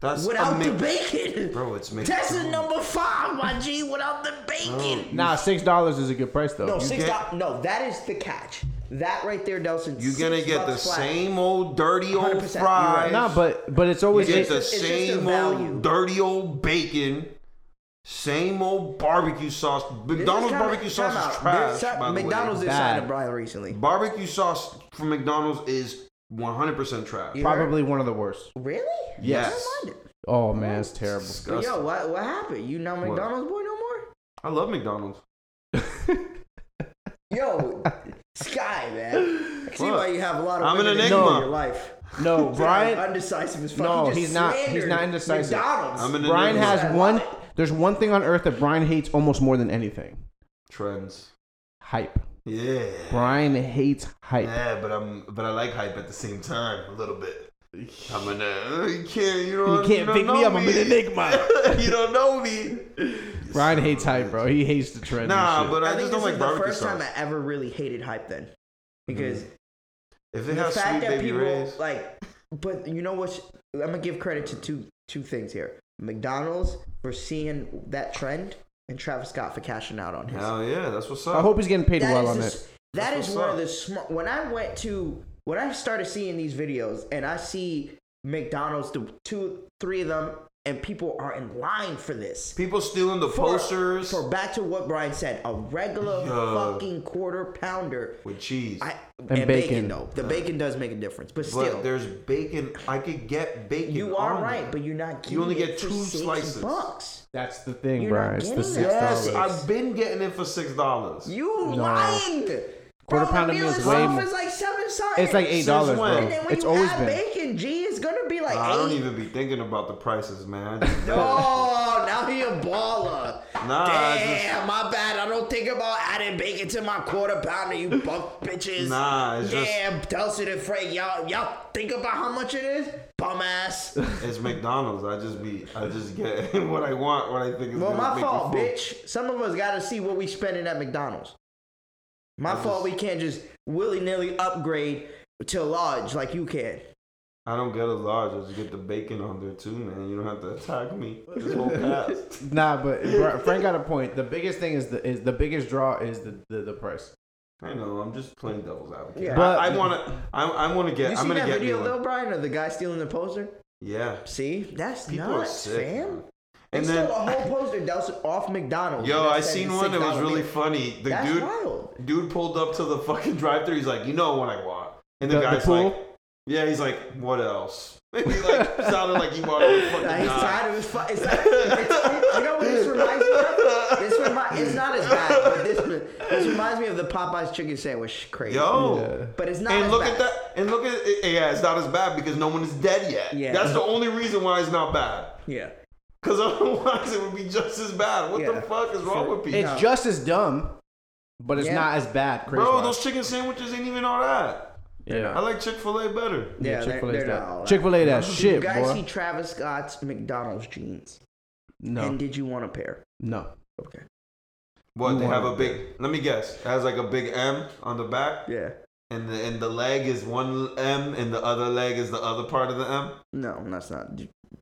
C: That's
A: without
C: a
A: the
C: Mc-
A: bacon.
C: Bro, it's making.
A: That's a number five, my G, without the bacon.
B: nah six dollars is a good price though
A: No, six
C: get-
A: dollars. No, that is the catch. That right there, Delson.
C: You're
A: six
C: gonna get the
A: bucks flat.
C: same old dirty
A: 100%,
C: old
A: you're right.
C: fries.
B: nah but but it's always
C: You
A: It's
C: get the
A: just- it's just a
C: same
A: value.
C: old dirty old bacon, same old barbecue sauce.
A: This is
C: McDonald's
A: kinda-
C: barbecue
A: time
C: sauce is
A: out.
C: trash.
A: There's some-
C: by the
A: McDonald's
C: way.
A: did
B: Bad.
A: sign a Brian recently.
C: barbecue sauce from McDonald's is 100% trash.
A: You heard?
B: probably one of the worst
A: Really? I
C: Yes.
A: don't mind it.
B: oh man it's terrible
A: But
C: Disgusting.
A: yo, what what happened? You not
C: What?
A: McDonald's boy no more?
C: I love McDonald's.
A: Yo, Sky man. I can see
C: What?
A: why you have a lot of
C: I'm an
A: women in
C: enigma.
A: your life.
B: no brian
A: undecisive as fuck.
B: No,
A: He just
B: he's not- he's
A: slandered
B: not indecisive.
A: McDonald's.
C: I'm an
B: Brian
C: enigma.
B: has
A: Yeah.
B: one. There's one thing on earth that Brian hates almost more than anything:
C: trends.
B: hype.
C: Yeah.
B: Brian hates hype.
C: Yeah, but I'm but I like hype at the same time a little bit. I'm an uh, you can't you know
B: You can't
C: don't
B: pick me
C: know
B: up. I'm an enigma.
C: you don't know me.
B: Brian hates hype, bro. He hates the trend.
C: Nah, but
A: I
C: I,
A: think
C: just
A: this
C: don't
A: is
C: like
A: the
C: barbecue
A: first time
C: sauce.
A: I ever really hated hype then, because
C: If
A: the
C: it has sweet
A: fact that
C: baby
A: people
C: rays,
A: like but you know what i'm gonna give credit to two two things here mcdonald's for seeing that trend and travis scott for cashing out on his
C: hell yeah, that's what's up.
B: I hope he's getting paid
A: That
B: well
A: is
B: on
A: the
B: it.
A: s- that
C: That's
A: is
C: what's
A: one of
C: up.
A: the smart when i went to when i started seeing these videos and i see mcdonald's the two three of them and people are in line for this
C: People stealing the
A: For-
C: posters
A: for back to what brian said a regular
C: Yeah.
A: fucking quarter pounder
C: with cheese.
A: I, and, bacon.
B: And bacon.
A: though the bacon does make a difference but
C: but
A: still
C: there's bacon. I could get bacon.
A: You are
C: on
A: right,
C: there.
A: but you're not getting
C: You only get
A: it for
C: two
A: six
C: slices.
A: Bucks.
B: That's the thing,
A: You're
B: Brian.
A: not
B: It's the
A: getting
B: six
A: that.
C: Yes,
B: dollars.
A: $6.
C: I've been getting it for six dollars.
A: You
B: No.
A: lying.
B: Quarter
A: Bro,
B: pounder
A: the meal
B: meal is
A: itself
B: way more-
A: is like seven something.
B: It's like eight dollars, bro.
C: when?
A: And then when
B: It's
A: you
B: always
A: add
B: been.
A: bacon, G, it's gonna be like
C: I don't
A: eight.
C: even be thinking about the prices, man. I just-
A: Oh, now he a baller.
C: Nah, I just-
A: Damn, my bad. I don't think about adding bacon to my quarter pounder, you bunk bitches.
C: Nah, it's just-
A: Damn, Delson and Frank, y'all, y'all think about how much it is? Bum ass.
C: It's McDonald's. I just be, I just get what I want, what I think is
A: Well,
C: gonna
A: my
C: make me
A: fault,
C: full.
A: bitch. Some of us gotta see what we spending at McDonald's. My fault we can't just willy nilly upgrade to large like you can.
C: I don't get a large. I just get the bacon on there too, man. You don't have to attack me. This whole past.
B: Nah, but Bri- Frank got a point. The biggest thing is the is the biggest draw is the the, the price.
C: I know. I'm just playing devil's advocate.
A: Yeah.
B: But-
C: But I want to. I, I want to get.
A: You see
C: I'm gonna
A: that
C: get
A: video
C: me one.
A: though, Brian, of the guy stealing the poster?
C: Yeah.
A: See, that's
C: People are
A: nuts,
C: sick.
A: fam.
C: man.
A: They
C: And
A: stole
C: then,
A: a whole poster Delson off McDonald's.
C: yo,
A: That
C: I
A: said
C: seen
A: the
C: one that was
A: $6
C: really
A: meal.
C: funny. The
A: That's
C: dude,
A: wild.
C: dude pulled up to the fucking drive-thru. He's like, you know what I want, and the,
B: The- the
C: guy's
B: pool?
C: like, Yeah, he's like, what else? he like sounded like he wanted to fucking
A: Like, he's
C: die.
A: tired of his fu- It's like, it's, you know what this reminds me of? This remi- it's not as bad, but this, this reminds me of the Popeyes chicken sandwich craze.
C: Yo.
A: But it's not
C: And
A: as
C: look
A: bad.
C: at that. And look at it. Yeah, it's not as bad because no one is dead yet.
A: Yeah.
C: That's the only reason why it's not bad.
A: Yeah.
C: Because otherwise it would be just as bad. What
A: Yeah.
C: the fuck is wrong with people?
B: It's just as dumb, but it's
A: Yeah.
B: not as bad. Crazy.
C: Bro, those chicken sandwiches ain't even all that. I
B: yeah.
C: like Chick fil A better.
A: Yeah, they're,
B: Chick-fil-A's
A: they're not all
B: that.
A: that.
B: Chick-fil-A that
A: You
B: shit,
A: guys
B: boy.
A: see Travis Scott's McDonald's jeans. And
B: No,
A: did you want a pair?
B: no.
A: Okay.
C: What,
B: You
C: they have a
B: want
C: big, let me guess, it has like a big M on the back,
A: Yeah.
C: and the, and the leg is one M, and the other leg is the other part of the M?
A: No, that's not.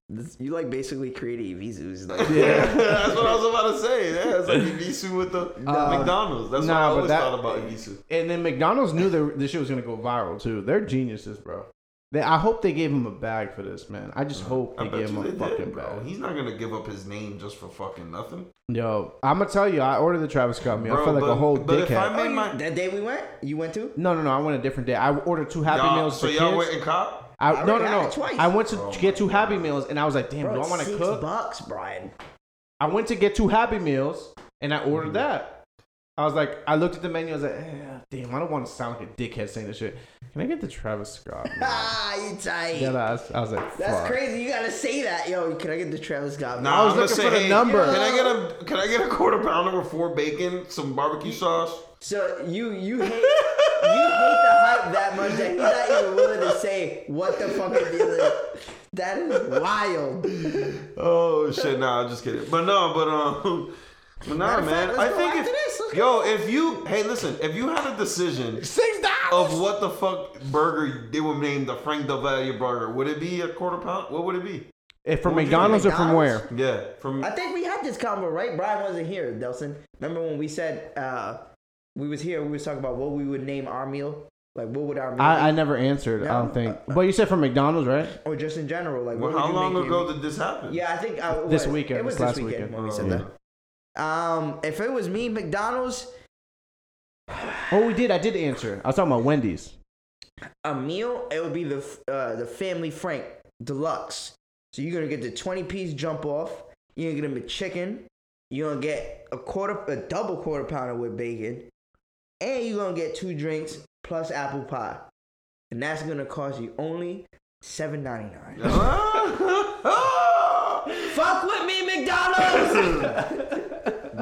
A: This, you like basically created Evizu's like
B: Yeah.
C: That's what I was about to say. Yeah, it's like Ibisu with the
B: Uh,
C: McDonald's. That's what I
B: nah, but
C: always
B: that-
C: thought about Ibisu.
B: And then McDonald's knew that this shit was gonna go viral too. They're geniuses, bro. They, I hope they gave him a bag for this, man. I just hope
C: Uh, I
B: they
C: bet
B: gave
C: you
B: him
C: they
B: a fucking
C: did, bro.
B: bag.
C: He's not gonna give up his name just for fucking nothing,
B: Yo, I'm gonna tell you, I ordered the Travis Scott meal.
C: bro.
B: I felt like
C: but,
B: a whole
C: but if I
B: dickhead.
C: made my
A: that day we went. You went too?
B: No, no, no. I went a different day. I ordered two Happy
C: y'all,
B: Meals
C: so
B: for
C: y'all
B: kids.
C: went and cop.
B: I,
A: I
B: no,
A: already
B: no,
A: had
B: no.
A: it twice.
B: I went to
C: Oh
B: get
C: my
B: two Happy Meals, and I was like, damn,
A: Bro,
B: do I
A: it's
B: want to
A: six
B: cook?
A: bucks, Brian.
B: I went to get two Happy Meals, and I
C: Mm-hmm.
B: ordered that. I was like, I looked at the menu. I was like, eh, damn, I don't want to sound like a dickhead saying this shit. Can I get the Travis Scott? meal?"
A: Ah, you tight.
B: yeah, I was, I was like,
A: That's
B: fuck.
A: crazy. You gotta say that. Yo, can I get the Travis Scott?
C: Nah,
B: was
C: I'm gonna
B: looking
C: say,
B: for the
C: hey,
B: number.
C: Can I get a Can I get a quarter pounder with four bacon, some barbecue sauce?
A: So you you hate you hate the hype that much that he's not even willing to say what the fuck it is. That is wild.
C: Oh shit! Nah, I'm just kidding. But no, but um, but
A: Matter
C: nah,
A: of
C: man.
A: fact,
C: I
A: let's go
C: think
A: after this.
C: if
A: Let's
C: yo, if you hey, listen, if you had a decision
B: Six dollars.
C: of what the fuck burger they would name the Frank Delvalle burger, would it be a quarter pound? What would it be?
B: Eh, from
A: Would you
B: McDonald's or from
A: McDonald's?
B: where?
C: Yeah, from
A: I think we had this combo, right? Brian wasn't here, Delson. Remember when we said uh we was here, we was talking about what we would name our meal? Like what would our meal
B: I, I never answered. I
A: Yeah.
B: don't think. But you said from McDonald's, right?
A: or just in general, like
C: well,
A: what
C: how
A: would you
C: long
A: make it?
C: ago did this happen?
A: Yeah, I think uh, it
B: This
A: was-
B: weekend,
A: It was
B: this last
A: this weekend,
B: weekend.
A: when we
C: Oh,
A: said
C: yeah.
A: that. Um, if it was me, McDonald's,
B: Oh, we did. I did answer. I was talking about Wendy's.
A: a meal, it would be the uh, the Family Frank Deluxe. So you're gonna get the 20 piece jump off. You're gonna get a chicken. You're gonna get a quarter, a double quarter pounder with bacon, and you're gonna get two drinks plus apple pie, and that's gonna cost you only seven ninety nine. Fuck with me, McDonald's.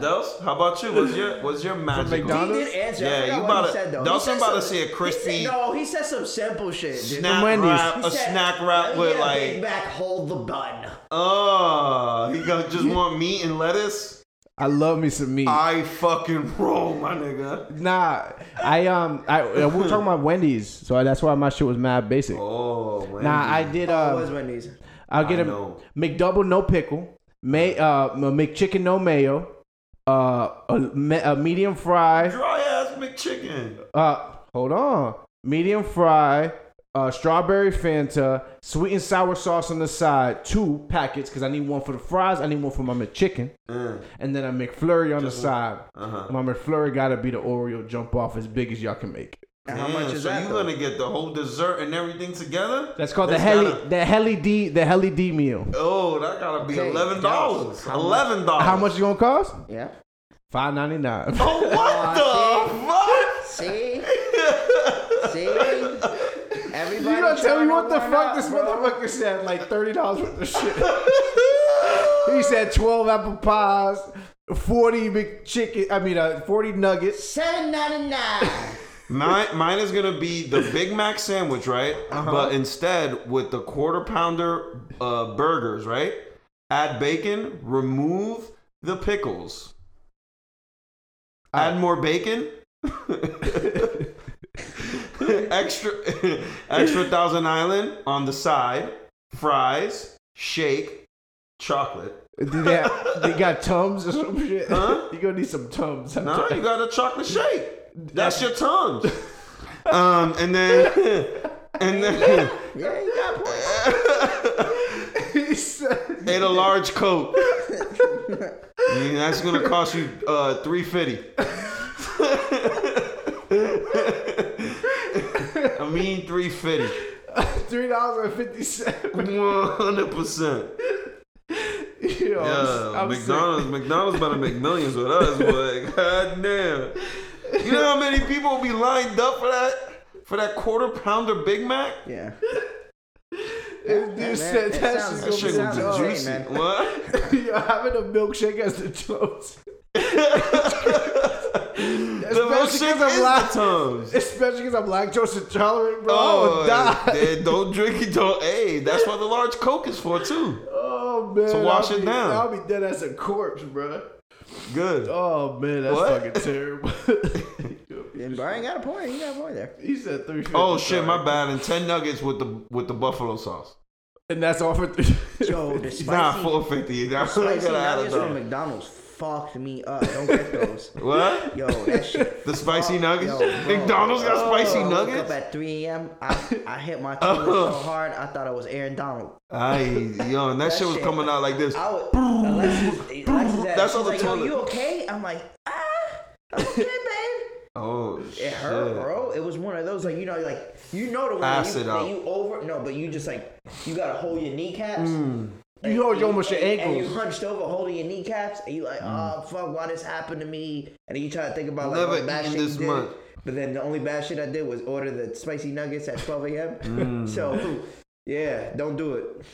C: Dels, how about you? What's your What's your magic?
B: McDonald's?
A: he did answer. I
C: Yeah,
A: forgot
C: you
A: what he
C: about to-
A: said, though.
C: Dawson
A: He said
C: about to
A: some-
C: say a
A: he said-
C: crispy-
A: no, he said some simple shit. Dude.
C: Snack
B: Wendy's.
C: wrap,
A: He
C: a
A: said,
C: snack
A: "Let
C: wrap
A: me
C: with
A: get a Big
C: like,
A: Mac, hold the bun.
C: oh, he gonna just want meat and lettuce.
B: I love me some meat.
C: I fucking roll, my nigga.
B: Uh, Nah, I um, I we were talking about Wendy's, so that's why my shit was mad basic.
C: Oh, man.
B: Nah, I did.
A: It was
B: Uh,
A: Wendy's.
B: I'll get
C: I
B: a
C: know.
B: McDouble, no pickle, may uh, m- McChicken, no mayo, uh, a, me- a medium fry.
C: dry ass McChicken.
B: Uh, hold on, medium fry, uh, strawberry Fanta, sweet and sour sauce on the side, two packets because I need one for the fries, I need one for my McChicken,
C: Mm,
B: and then a McFlurry on
C: Just
B: the
C: one.
B: side.
C: uh-huh.
B: My McFlurry gotta be the Oreo jump off as big as y'all can make. it.
A: And how much
C: Damn,
A: is
C: so
A: that?
C: you
A: though?
C: gonna get the whole dessert and everything together?
B: That's called the
C: That's
B: heli,
C: gotta-
B: the heli D, the heli D meal.
C: Oh, that gotta be
A: Okay,
C: eleven dollars.
A: Dallas, how much-
C: Eleven dollars.
B: How much you gonna cost?
A: Yeah.
B: Five ninety nine.
C: Oh, what
A: See,
C: the fuck?
A: see.
B: You
A: Everybody.
B: gonna tell me
A: tryna
B: what the
A: run
B: fuck
A: up,
B: this
A: bro.
B: motherfucker said? Like thirty dollars worth of shit. he said twelve apple pies, forty big chicken. I mean, uh, forty nuggets.
A: Seven ninety nine.
C: Mine, mine is gonna be the Big Mac sandwich, right? But instead, with the quarter pounder uh, burgers, right? Add bacon, remove the pickles, add more bacon, extra, extra Thousand Island on the side, fries, shake, chocolate.
B: Did they, they got tums or some shit?
C: Huh?
B: you gonna need some tums.
C: No, you got a chocolate shake. That's your tongue. um, and then, and then.
A: yeah, you got a point.
B: he said,
C: and a large coat. I mean, that's gonna cost you uh, three fifty. I mean, three fifty.
B: Three dollars and fifty cents.
C: One hundred percent.
B: Yo, I'm s-
C: Yeah,
B: I'm sick.
C: McDonald's. McDonald's about to make millions with us, but goddamn, you know how many people will be lined up for that for that quarter pounder Big Mac?
A: Yeah.
B: If
A: Yeah,
B: dude
A: man,
B: said
A: it
B: that
A: sounds-
B: shit's
C: That
B: gonna
C: shit
B: be
C: gonna
A: sounds
B: sound
C: be
A: alright,
C: juicy.
A: man.
C: What?
B: Yo, having a milkshake as the toast,
C: the milkshake is
B: because I'm lying.
C: the tongues.
B: especially because I'm lactose intolerant, bro. I
C: Oh,
B: would die.
C: then don't drink it. Don't. Hey, that's what the large Coke is for too.
B: Oh man,
C: To wash
B: I'll
C: it
B: be,
C: down.
B: I'll be dead as a corpse, bro.
C: Good.
B: Oh man, that's
C: What?
B: fucking terrible.
A: And Brian got a point. He got a point there.
B: he said three.
C: Oh shit, my bad. And ten nuggets with the with the buffalo sauce.
B: And that's all for three.
A: Yo, the spicy,
C: Nah, four fifty. That's what I
A: spicy
C: gotta add it
A: nuggets from
C: though.
A: McDonald's fucked me up. Don't get those.
C: What?
A: Yo, that shit.
C: The spicy
A: fucked-
C: nuggets?
A: Oh, yo, bro.
C: McDonald's got spicy
A: I woke up
C: nuggets?
A: at 3 a.m. I, I hit my computer so hard I thought I was Aaron Donald.
C: Aye, yo, and that, shit was
A: shit-
C: coming out like this.
A: I was. Alexis, Alexis asked,
C: That's
A: she's
C: on the
A: like, Yo,
C: toilet.
A: you okay? I'm like, ah, I'm okay, babe.
C: Oh shit.
A: It hurt, bro. It was one of those like you know like you know the one that you,
C: Acid
A: that
C: out.
A: you over no, but you just like you gotta hold your kneecaps.
C: Mm.
B: You hold your- almost your
A: and- And
B: ankles. Mm-hmm.
A: you hunched over holding your kneecaps, and you like, oh fuck, why this happened to me? And then you try to think about like
C: Never
A: what bad
C: eaten
A: shit
C: this
A: you did.
C: much.
A: But then the only bad shit I did was order the spicy nuggets at 12 a.m.
B: Mm.
A: so yeah, don't do it.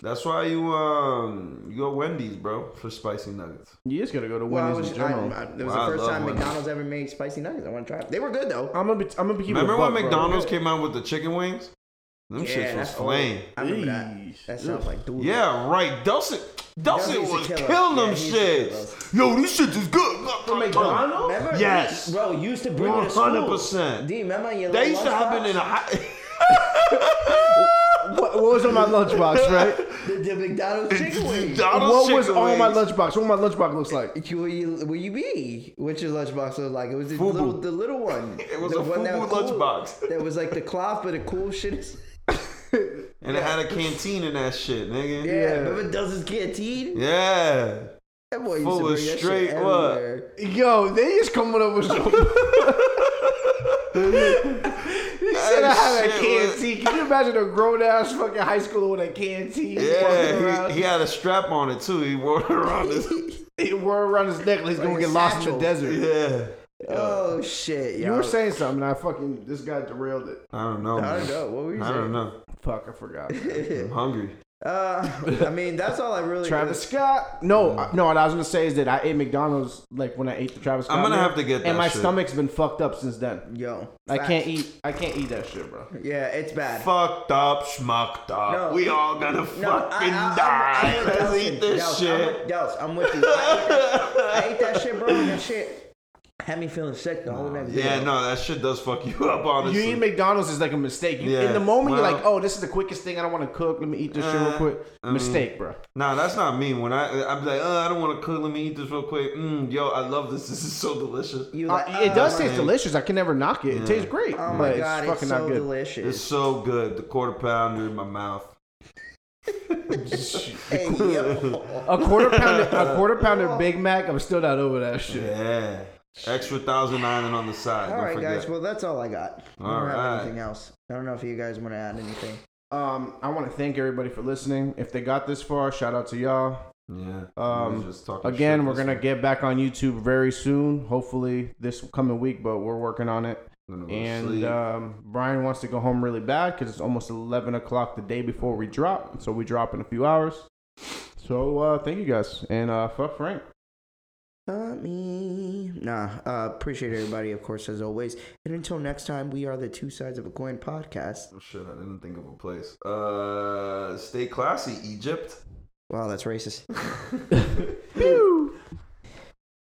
C: That's why you um you go Wendy's, bro, for spicy nuggets.
B: You just gotta go to
A: Well, I
B: Wendy's
A: was,
B: in
A: I,
B: general.
A: I,
B: I,
A: it was
C: Wow, I
A: the first
C: love
A: time
C: Wendy's.
A: McDonald's ever made spicy nuggets. I want to try. it. They were good though.
B: am gonna be. I'm gonna be keeping.
C: Remember
B: a
C: when
B: buck, bro.
C: McDonald's came out with the chicken wings? Them shits was
A: old.
C: flame.
A: I remember that.
B: Jeez.
A: That sounds like dude.
C: Yeah, right. Dustin, Dustin
A: used to
C: was
A: kill us.
C: killing them
A: Yeah, he used to kill
C: shits. Yo, these shits is good.
B: McDonald's?
A: Remember?
C: Yes.
A: Bro, you used to bring it to school.
C: 100%.
A: Do you remember your
C: That
A: little
C: used to happen in a
A: lunchbox?
C: high.
B: What, what was on my lunchbox, right?
A: the, the McDonald's chicken wings.
B: what was on my lunchbox? What my lunchbox looks like?
A: You, where you where you be? What your lunchbox look like? It was the
C: Fubu.
A: little the little one.
C: It was
A: the
C: a
A: one that
C: FUBU
A: cool-
C: lunchbox.
A: That was like the cloth, but the cool shit. Is,
C: And it had a canteen in that shit, nigga.
A: yeah,
B: Yeah.
A: remember Doz's canteen?
C: Yeah.
A: That boy used
C: Full
A: to
C: of
A: bring that
C: straight
A: shit
C: what?
A: everywhere.
B: Yo, they just coming up with some. He said I had a
C: That shit was-
B: canteen. Can you imagine a grown ass fucking high schooler with a canteen? walking
C: Yeah,
B: around?
C: he, he had a strap on it too. He wore it around his.
B: He wore around his neck like he's
A: Like
B: gonna
A: a
B: get lost in
A: satchel.
B: the desert.
C: Yeah.
A: Oh shit,
B: You
A: yo.
B: were saying something, and I fucking this guy derailed it.
C: I don't know.
A: I
C: man.
A: don't know what were you
C: I don't know.
B: Fuck, I forgot.
C: I'm hungry.
A: Uh, I mean that's all I really.
B: Travis Scott? No, I- no. What I was gonna say is that I ate McDonald's like when I ate the Travis Scott.
C: I'm gonna
B: meal,
C: have to get that
B: And my
C: shit.
B: stomach's been fucked up since then.
A: Yo,
B: I can't
A: facts.
B: eat. I can't eat that shit, bro.
A: Yeah, it's bad.
C: Fucked up, schmucked up.
A: No.
C: we all gonna fucking die.
A: I'm- I'm-
C: Let's
A: Delson,
C: eat this
A: Delson,
C: shit.
A: I'm, Delson, I'm with you. I ate, that, I ate that shit, bro. and That shit had me feeling sick the whole next
C: Yeah,
A: day.
C: no, that shit does fuck you up, honestly.
B: You eat McDonald's is like a mistake. You,
C: Yeah,
B: in the moment, you're
C: well-
B: like, "Oh, this is the quickest thing. I don't want to cook. Let me eat this shit real
C: Uh,
B: quick."
C: I mean-
B: mistake, bro.
C: nah, that's not me. When I, I'm like, uh, I don't want to cook. Let me eat this real quick. Mm, yo, I love this. This is so delicious.
A: You
B: Uh,
A: like,
B: it does
A: oh,
B: taste delicious. I can never knock it. It tastes great,
A: Oh
B: but
A: my god,
B: it's
A: it's,
B: fucking
A: so
B: not good.
C: It's
A: delicious.
C: so good. The quarter pounder in my mouth.
A: Hey, yo.
B: A quarter pounder, a quarter pounder Big Mac. I'm still not over that shit.
C: Yeah. Extra thousand island on the side.
A: All
C: don't
A: right,
C: forget.
A: guys. Well, that's all I got. I don't
C: All
A: have
C: right.
A: anything else. I don't know if you guys want to add anything.
B: Um, I want to thank everybody for listening. If they got this far, shout out to y'all.
C: yeah.
B: Um,
C: we were just talking
B: Again,
C: shit
B: we're
C: this
B: gonna get back on YouTube very soon. Hopefully this coming week, but we're working on it.
C: time. Gonna go
B: And
C: sleep.
B: um, Brian wants to go home really bad because it's almost eleven o'clock the day before we drop. So we drop in a few hours. So uh, thank you guys and uh, fuck Frank.
A: Not me. Nah, uh, appreciate everybody, of course, as always. And until next time, we are the Two Sides of a Coin podcast.
C: Oh, shit, I didn't think of a place. Uh, stay classy, Egypt.
A: Wow, that's racist.